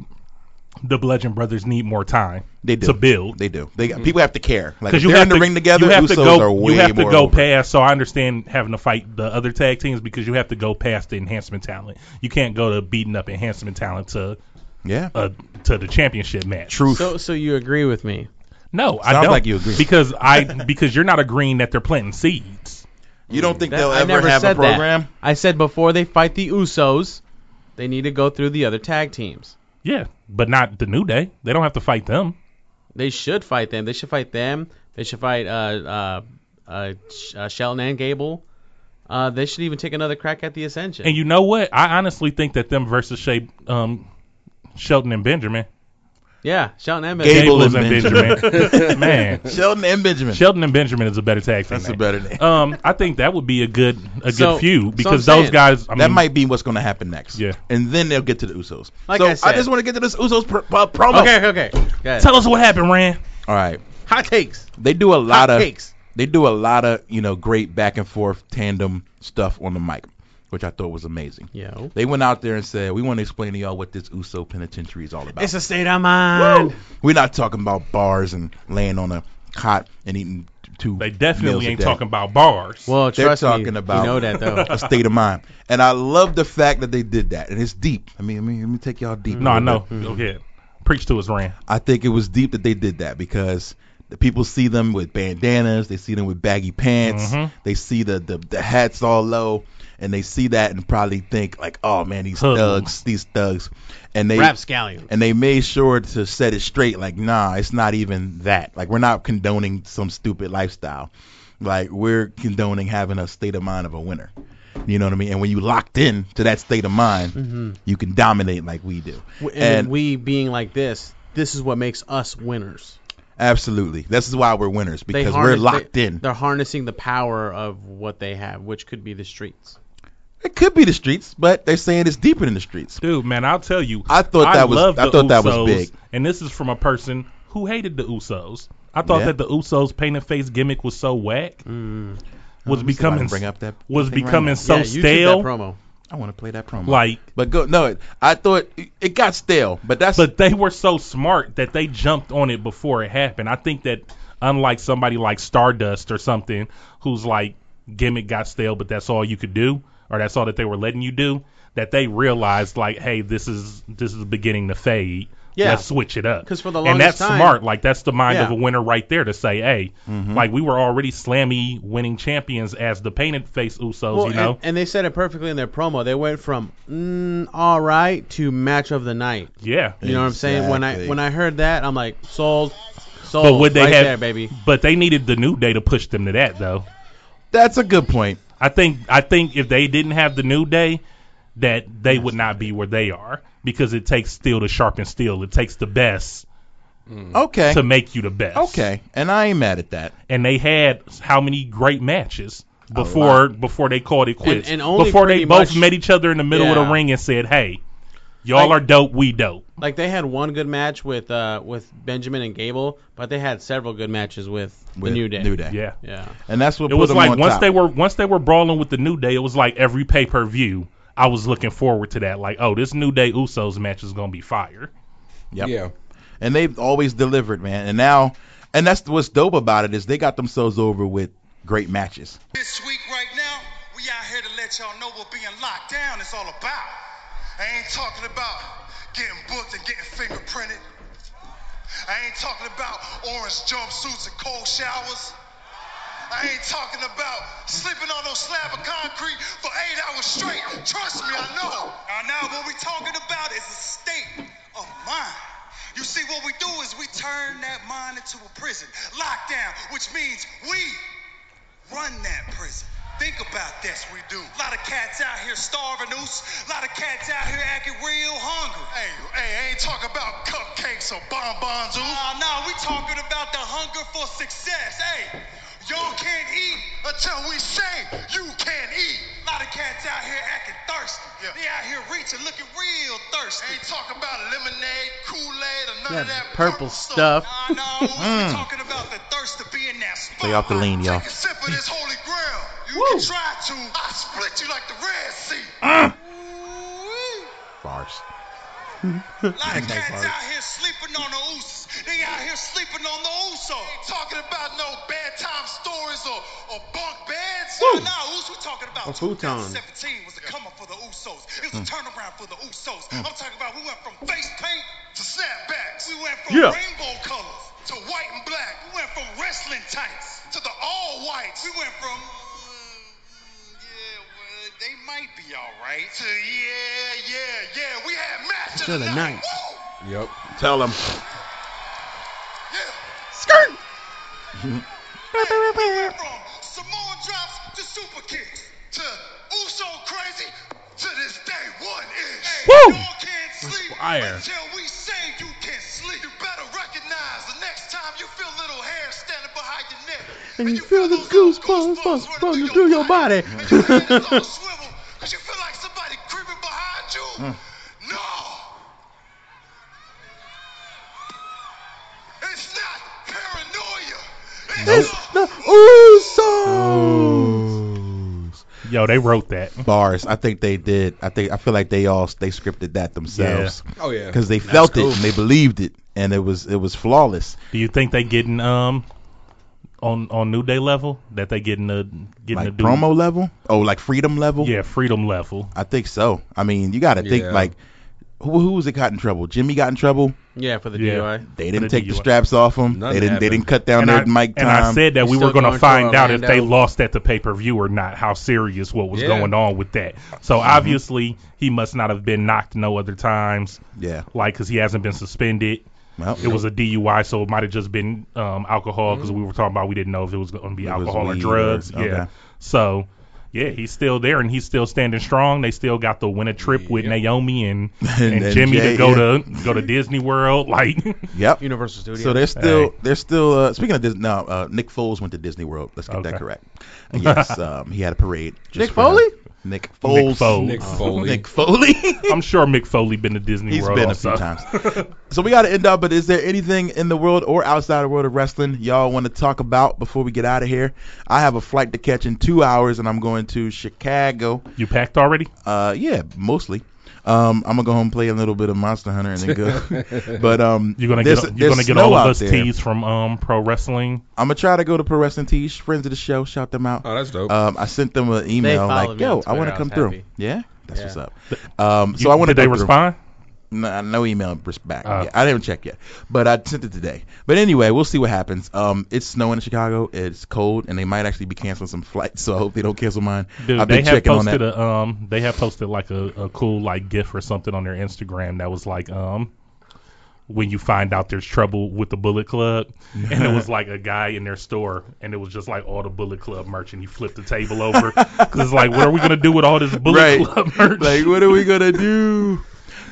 the Bludgeon Brothers need more time They do. to build. They do. Mm-hmm. They people have to care. Like if you they're have in the to ring together. You have Usos to go. are way you have to more go over. past. So I understand having to fight the other tag teams because you have to go past the enhancement talent. You can't go to beating up enhancement talent to Yeah. uh, to the championship match. Truth. So so you agree with me? No, I Sounds don't. like you agree. because [laughs] I because you're not agreeing that they're planting seeds. you don't think That- they'll I ever never have said a program? That. I said before they fight the Usos, they need to go through the other tag teams. Yeah, but not the New Day. They don't have to fight them. They should fight them. They should fight them. They should fight uh, uh, uh, Sh- uh, Shelton and Gable. Uh, they should even take another crack at the Ascension. And you know what? I honestly think that them versus Shay, um, Shelton and Benjamin, yeah, Shelton and Gable Gable. Gables and and [laughs] Benjamin, man, Sheldon and Benjamin. Shelton and Benjamin is a better tag team. That's a name. better name. Um, I think that would be a good a good So- so I'm feud because those saying, guys. I that mean, might be what's going to happen next. Yeah. And then they'll get to the Usos. Like so I said- just want to get to this Usos pr- uh, promo. Oh. Okay, okay. okay. tell us what happened, Rand. All right. Hot takes. They do a lot of Hotcakes. they do a lot of you know great back and forth tandem stuff on the mic, which I thought was amazing. Yo. They went out there and said, "We want to explain to y'all what this Uso Penitentiary is all about. It's a state of mind. We're not talking about bars and laying on a cot and eating t- two. They definitely meals a ain't day. talking about bars. Well, They're trust talking me, about you know that though. [laughs] a state of mind, and I love the fact that they did that, and it's deep. I mean, I mean, let me take y'all deep. no, a I mm-hmm. little bit. know. Go ahead. Preach to us, Rand. I think it was deep that they did that because the people see them with bandanas, they see them with baggy pants, they see the, the the hats all low, and they see that and probably think like, oh man, these Hoodlum. thugs, these thugs, and they Rapscallion. and they made sure to set it straight like, nah, it's not even that. Like we're not condoning some stupid lifestyle, like we're condoning having a state of mind of a winner. You know what I mean? And when you locked in to that state of mind, you can dominate like we do. Mm-hmm. And, we being like this, this is what makes us winners. Absolutely. This is why we're winners They because we're harness- locked they- in. They're harnessing the power of what they have, which could be the streets. It could be the streets, but they're saying it's deeper than the streets. Dude, man, I'll tell you. I thought that was- love I the thought that was Usos, big. And this is from a person who hated the Usos. I thought Yeah. that the Usos painted face gimmick was so whack. Was I becoming bring up that was thing right becoming now. so Mm. yeah, YouTube stale. that promo. I want to play that promo. Like- but go no. it- I thought it- it got stale, but that's But they were so smart that they jumped on it before it happened. I think that unlike somebody like Stardust or something who's like gimmick got stale, but that's all you could do, or that's all that they were letting you do, that they realized like, hey, this is this is beginning to fade. Yeah. Let's switch it up. 'Cause for the and that's longest time- smart. Like that's the mind of Yeah. Mm-hmm. a winner right there to say, hey, like we were already slammy winning champions as the painted face Usos, Well, you know. and, and they said it perfectly in their promo. They went from mm, all right to match of the night. yeah. You know what I'm saying? When I Exactly. when I heard that, I'm like sold, sold. But would they right have there, baby? But they needed the new day to push them to that though. that's a good point. I think I think if they didn't have the new day, that they would not be where they are because it takes steel to sharpen steel. It takes the best Mm. Okay, to make you the best. okay, and I ain't mad at that. And they had how many great matches before before they called it quits? and only before they pretty both much- met each other in the middle of Yeah. the ring and said, "Hey, Y'all Like- are dope. We dope. Like they had one good match with uh with Benjamin and Gable, but they had several good matches with, With the New Day. New Day. Yeah. Yeah. and that's what It put was them like on once top. they were once they were brawling with the New Day, it was like every pay per view. I was looking forward to that. Like, oh, this New Day Usos match is gonna be fire. Yep. [laughs] Yeah. and they've always delivered, man. And now, and that's what's dope about it is they got themselves over with great matches. This week right now, we out here to let y'all know what being locked down is all about. I ain't talking about getting booked and getting fingerprinted. I ain't talking about orange jumpsuits and cold showers. I ain't talking about sleeping on no slab of concrete for eight hours straight. Trust me, I know. Now, now what we talking about is a state of mind. You see, what we do is we turn that mind into a prison, lockdown, which means we run that prison. Think about this, we do. A lot of cats out here starving loose. A lot of cats out here acting real hungry. Hey, hey, I ain't talking about cupcakes or bonbons, ooh. Nah, nah, we talking about the hunger for success. Hey, y'all can't eat until we say you can't eat. A lot of cats out here acting thirsty. They out here reaching, looking real thirsty. ain't talking about lemonade, Kool-Aid, or none of that purple stuff. Nah, nah, we talking about the thirst to be in that spot. Stay Mm. off the lean, y'all. Take a sip of this holy grail. You can try to. I split you like the Red Sea. Mm. Ooh-wee. Bars. lot of cats out here sleeping on the Usos. They out here sleeping on the Usos. Ain't talking about no bedtime stories or, or bunk beds. Nah, nah, Usos, we talking about futon. 2017 was a come up for the Usos. It was a turnaround for the Usos. I'm talking about we went from face paint to snapbacks. We went from Yeah. rainbow colors to white and black. We went from wrestling tights to the all whites. We went from. uh, yeah, well, They might be alright. To yeah, yeah, yeah. We had match of To the, the night. night. Woo! Yep. Tell them. Skirt. From Samoan drops to super kicks to Uso crazy to this day one ish. Woo! You can't sleep fire. until we say you can sleep. You better recognize the next time you feel little hair standing behind your neck and, you feel, the goosebumps running through your body. and your head is [laughs] all swivel because you feel like somebody creeping behind you. No. It's not paranoia. It's, not. Yo, they wrote that. Bars. I think they did. I think I feel like they all they scripted that themselves Oh yeah. because they felt cool. it and they believed it and it was it was flawless. Do you think they getting um on on New Day level that they getting the getting Like the dude- promo level. Oh, like freedom level. Yeah, freedom level. I think so. I mean, you got to think Yeah. like who who was it got in trouble? Jimmy got in trouble. Yeah, for the Yeah. DUI. They didn't the take the DUI. straps off them. Nothing They didn't. They happened. didn't cut down And their I, mic and time. I said that He's we were still going to going find to out if they Orlando. lost at the pay per view or not, how serious what was Yeah. going on with that. So Mm-hmm. obviously he must not have been knocked no other times, yeah. like because he hasn't been suspended. Well, It was a DUI, so it might have just been um, alcohol because we were talking about we didn't know if it was going to be Mm. It was alcohol or weed drugs. or- Yeah. okay. So, yeah, he's still there and he's still standing strong. They still got the win a trip with Naomi and, and, [laughs] and Jimmy Jay, to go yeah. to go to Disney World. Like, [laughs] Yep. Universal Studios. So they're still Hey. they're still uh, speaking of Disney. No, uh, Nick Foles went to Disney World. Let's get Okay. that correct. [laughs] Yes, um, he had a parade. just Nick for him. Foley? Nick Foles. Foles. Nick Foley. Oh. Nick Foley. I'm sure Mick Foley been to [laughs] Disney He's World. been a also. few times. [laughs] so we got to end up. But is there anything in the world or outside the world of wrestling y'all want to talk about before we get out of here? I have a flight to catch in two hours, and I'm going to Chicago. You packed already? Uh, yeah, mostly. Um, I'm gonna go home and play a little bit of Monster Hunter and then [laughs] go. but um, You're gonna there's- get you're gonna there's get snow all of out us there. teas from um pro wrestling. I'm gonna try to go to Pro Wrestling Tees, friends of the show. Shout them out. Oh, that's dope. Um, I sent them an email like, followed me on "Yo, I Twitter. want I to was come through." happy. Yeah, that's what's Yeah. up. Um, so You- I want to. Did they respond? No, no email res- back. Oh. yet. I didn't check yet, but I sent it today. But anyway, we'll see what happens. Um, it's snowing in Chicago. It's cold, and they might actually be canceling some flights. So I hope they don't cancel mine. Dude, I've they been have checking on posted that. a um they have posted like a, a cool like gif or something on their Instagram that was like um when you find out there's trouble with the [laughs] Bullet Club and it was like a guy in their store and it was just like all the Bullet Club merch and he flipped the [laughs] table over cuz it's like what are we going to do with all this Bullet Right. Club [laughs] merch? like, what are we gonna [laughs] do?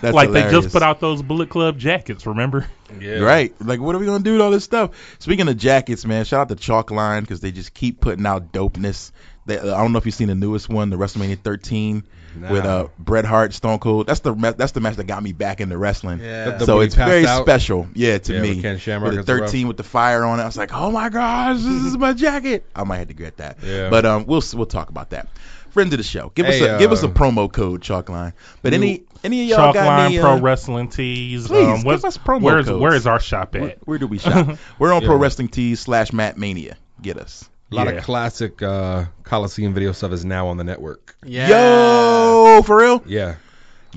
That's Like, they hilarious. just put out those Bullet Club jackets, remember? yeah. Right. Like, what are we going to do with all this stuff? Speaking of jackets, man, shout out to Chalk Line uh, because they just keep putting out dopeness. They, I don't know if you've seen the newest one, the WrestleMania 13 with uh, Bret Hart, Stone Cold. That's the ma- that's the match that got me back into wrestling. Yeah. The- so when he it's very passed out? special, yeah, to Yeah, me. with Ken Shamrock With as the the ref. 13 with the fire on it, I was like, oh my gosh, this is my jacket. I might have to get that. Yeah. But um, we'll s- we'll talk about that. Friend of the show, give us Hey, a give us a uh, promo code Chalkline. But any any of [laughs] y'all Chalk got line any? pro uh, wrestling tees. please, um, give what's- us promo where's, codes. Where is our shop at? where, where [laughs] do we shop? We're on Yeah. Pro Wrestling Tees slash Matt Mania. Get us. A lot Yeah. of classic uh, Coliseum video stuff is now on the network. Yeah. Yo, for real? [laughs] Yeah.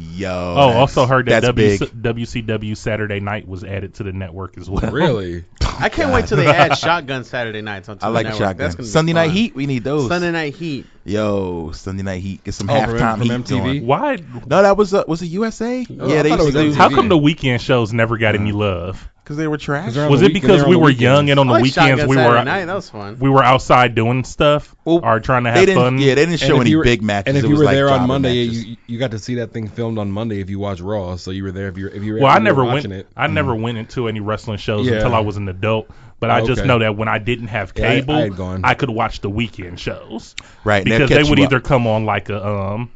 Yo. Oh, also heard that that's WC- big. WCW Saturday Night was added to the network as well. Really? I can't wait till [laughs] they add shotgun Saturday nights on. I like a Network. shotgun. That's gonna be Sunday Night fun. Heat, we need those. Sunday night heat. Yo, Sunday Night Heat. Get some Oh, from halftime M- from heat MTV? going. Why? No, that was a, was it USA? yeah, I they thought it used to was do How MTV. come the weekend shows never got any Uh-huh. love? because they were trash. 'Cause they're on Was the it week- because they're on we the were weekends. young and on I the like weekends shotgun we Saturday were night. That was fun. we were outside doing stuff Well, or trying to They have didn't. fun. Yeah, they didn't show And if any you were- big matches. And if It you was were like there on jobbing Monday, matches. you you got to see that thing filmed on Monday if you watch Raw. So you were there if you were if you were, Well, I if you were never went. watching it. Mm. I never went into any wrestling shows Yeah. until I was an adult. But I Oh, just okay. know that when I didn't have Yeah, I- I cable, had gone. I could watch the weekend shows. right? and they'd because they catch would you either up. come on like a um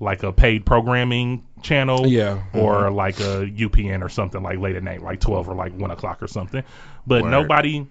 like a paid programming channel Yeah. mm-hmm. or like a UPN or something like late at night, like twelve or like one o'clock or something. But Word. nobody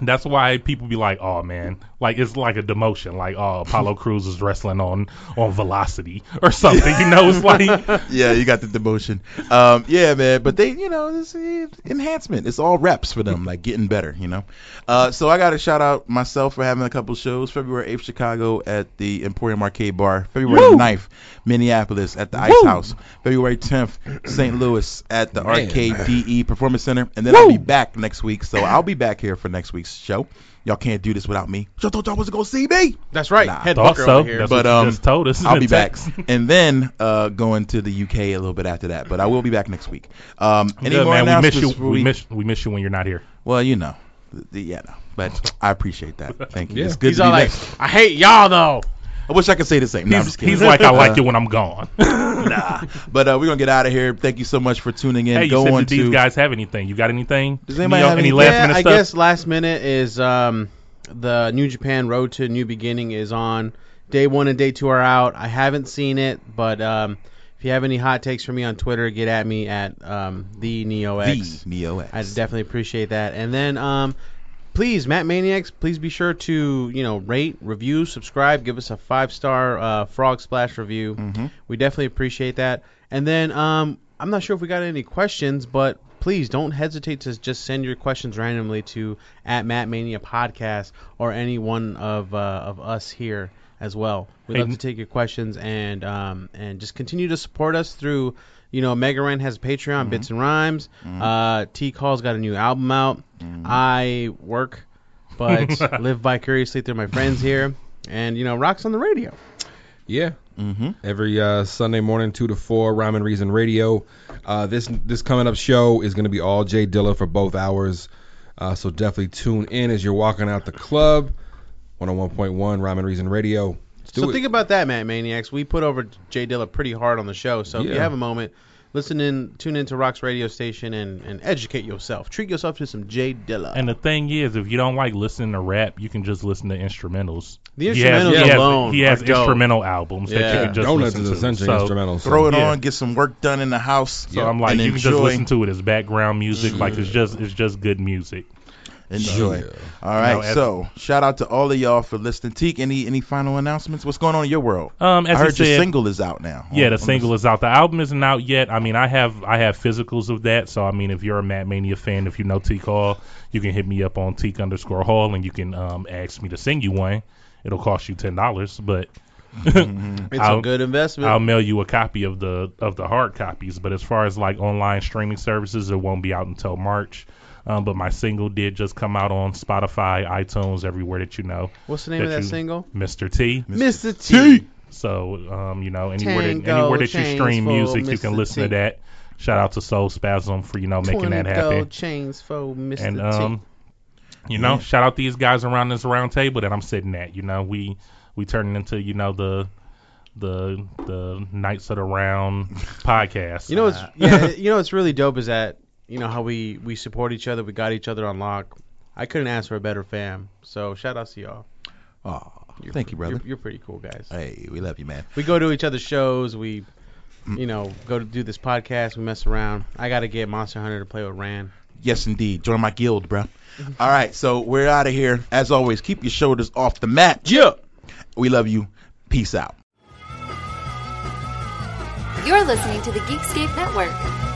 that's why people be like, "Oh man, like it's like a demotion, like oh [laughs] Apollo Cruz is wrestling on on Velocity or something." You know, it's like Yeah, you got the demotion. Um, yeah, man. But they, you know, this is enhancement. It's all reps for them, like getting better. You know. Uh, so I got to shout out myself for having a couple shows. February 8th, Chicago at the Emporium Arcade Bar. February ninth, 9th, Minneapolis at the Ice House. February 10th, St. Louis at the Arcade DE Performance Center. And then I'll be back next week. So I'll be back here for next week's show. Y'all can't do this without me. Y'all thought y'all was gonna see me. That's right. Nah. Head thought bunker so. over here. That's But, what you um, just told us. [laughs] I'll be in text. back, and then uh, going to the UK a little bit after that. But I will be back next week. Um, any Good, more man. We miss announcements? you. before We miss we miss you when you're not here. well, you know, The- the- yeah, no. But I appreciate [laughs] that. Thank you. Yeah. It's good He's to be all like, back. I hate y'all though. I wish I could say the same. No, I'm He's, just kidding. he's like I like Uh, it when [laughs] I'm gone. Nah. But uh, we're gonna get out of here. Thank you so much for tuning in. hey, you Go said on that these to guys have anything. You got anything? Does anybody Any- have any anything? last yeah, minute I stuff? guess last minute is um, the New Japan Road to New Beginning is on. Day one and day two are out. I haven't seen it, but um, if you have any hot takes for me on Twitter, get at me at um, the Neo the X. Neo X. I definitely appreciate that. And then, um, please, Matt Maniacs, please be sure to you know rate, review, subscribe, give us a five star uh, Frog Splash review. Mm-hmm. We definitely appreciate that. And then, um, I'm not sure if we got any questions, but please don't hesitate to just send your questions randomly to at Matt Mania Podcast or any one of uh, of us here as well. We'd Hey, love to take your questions and um, and just continue to support us through. You know, Mega Ran has a Patreon, Bits and Rhymes. Uh, T Call's got a new album out. I work, but live vicariously through my friends here. And you know, rocks on the radio. Yeah. Mm-hmm. Every uh, Sunday morning, two to four, Rhyme and Reason Radio. Uh, this this coming up show is going to be all Jay Dilla for both hours. Uh, so definitely tune in as you're walking out the club. 101.1 Rhyme and Reason Radio. Let's do so it. think about that, Matt Maniacs. We put over Jay Dilla pretty hard on the show. So if you Yeah. have a moment, listen in, tune into Rock's radio station, and, and educate yourself. Treat yourself to some Jay Dilla. And the thing is, if you don't like listening to rap, you can just listen to instrumentals. The He has- instrumentals he has, alone He has are dope. instrumental albums that you Yeah. can just Donuts listen is to. essentially so, instrumental. so- Throw it Yeah. on. Get some work done in the house. So I'm like, and you can just enjoy. Mm. listen to it as background music. Like it's just it's just good music. Enjoy. Yeah. All right. No, as- so shout out to all of y'all for listening. Teak, any any final announcements? What's going on in your world? Um, as I he heard your said- single is out now. Yeah, On- Um, the on single is out. The album isn't out yet. I mean, I have I have physicals of that. So I mean, if you're a Mad Mania fan, if you know Teak Hall, you can hit me up on Teak underscore Hall, and you can um, ask me to sing you one. It'll cost you ten dollars, but it's I'll- a good investment. I'll mail you a copy of the of the hard copies. But as far as like online streaming services, it won't be out until March. Um, but my single did just come out on Spotify, iTunes, everywhere that you know. What's the name of that you- single? Mr. T. Mr. T. So um, you know anywhere that Tango anywhere that you chains stream for music, you can Mr. listen to T. that. Shout out to Soul Spasm for you know making that happen. gold chains for Mr. And T. um, you know, shout out these guys around this round table that I'm sitting at. You know, we we turning into you know the the the Knights of the [laughs] Round podcast. You [laughs] know what's yeah, you know what's really dope is that you know how we we support each other, we got each other on lock. I couldn't ask for a better fam. So shout out to y'all. Aw. You're Thank you, brother. You're, you're pretty cool guys. Hey, we love you, man. We go to each other's shows. We, you know, go to do this podcast. We mess around. I got to get Monster Hunter to play with Ran. Yes, indeed. Join my guild, bro. All right, so we're out of here. As always, keep your shoulders off the mat. Yeah. We love you. Peace out. You're listening to the Geekscape Network.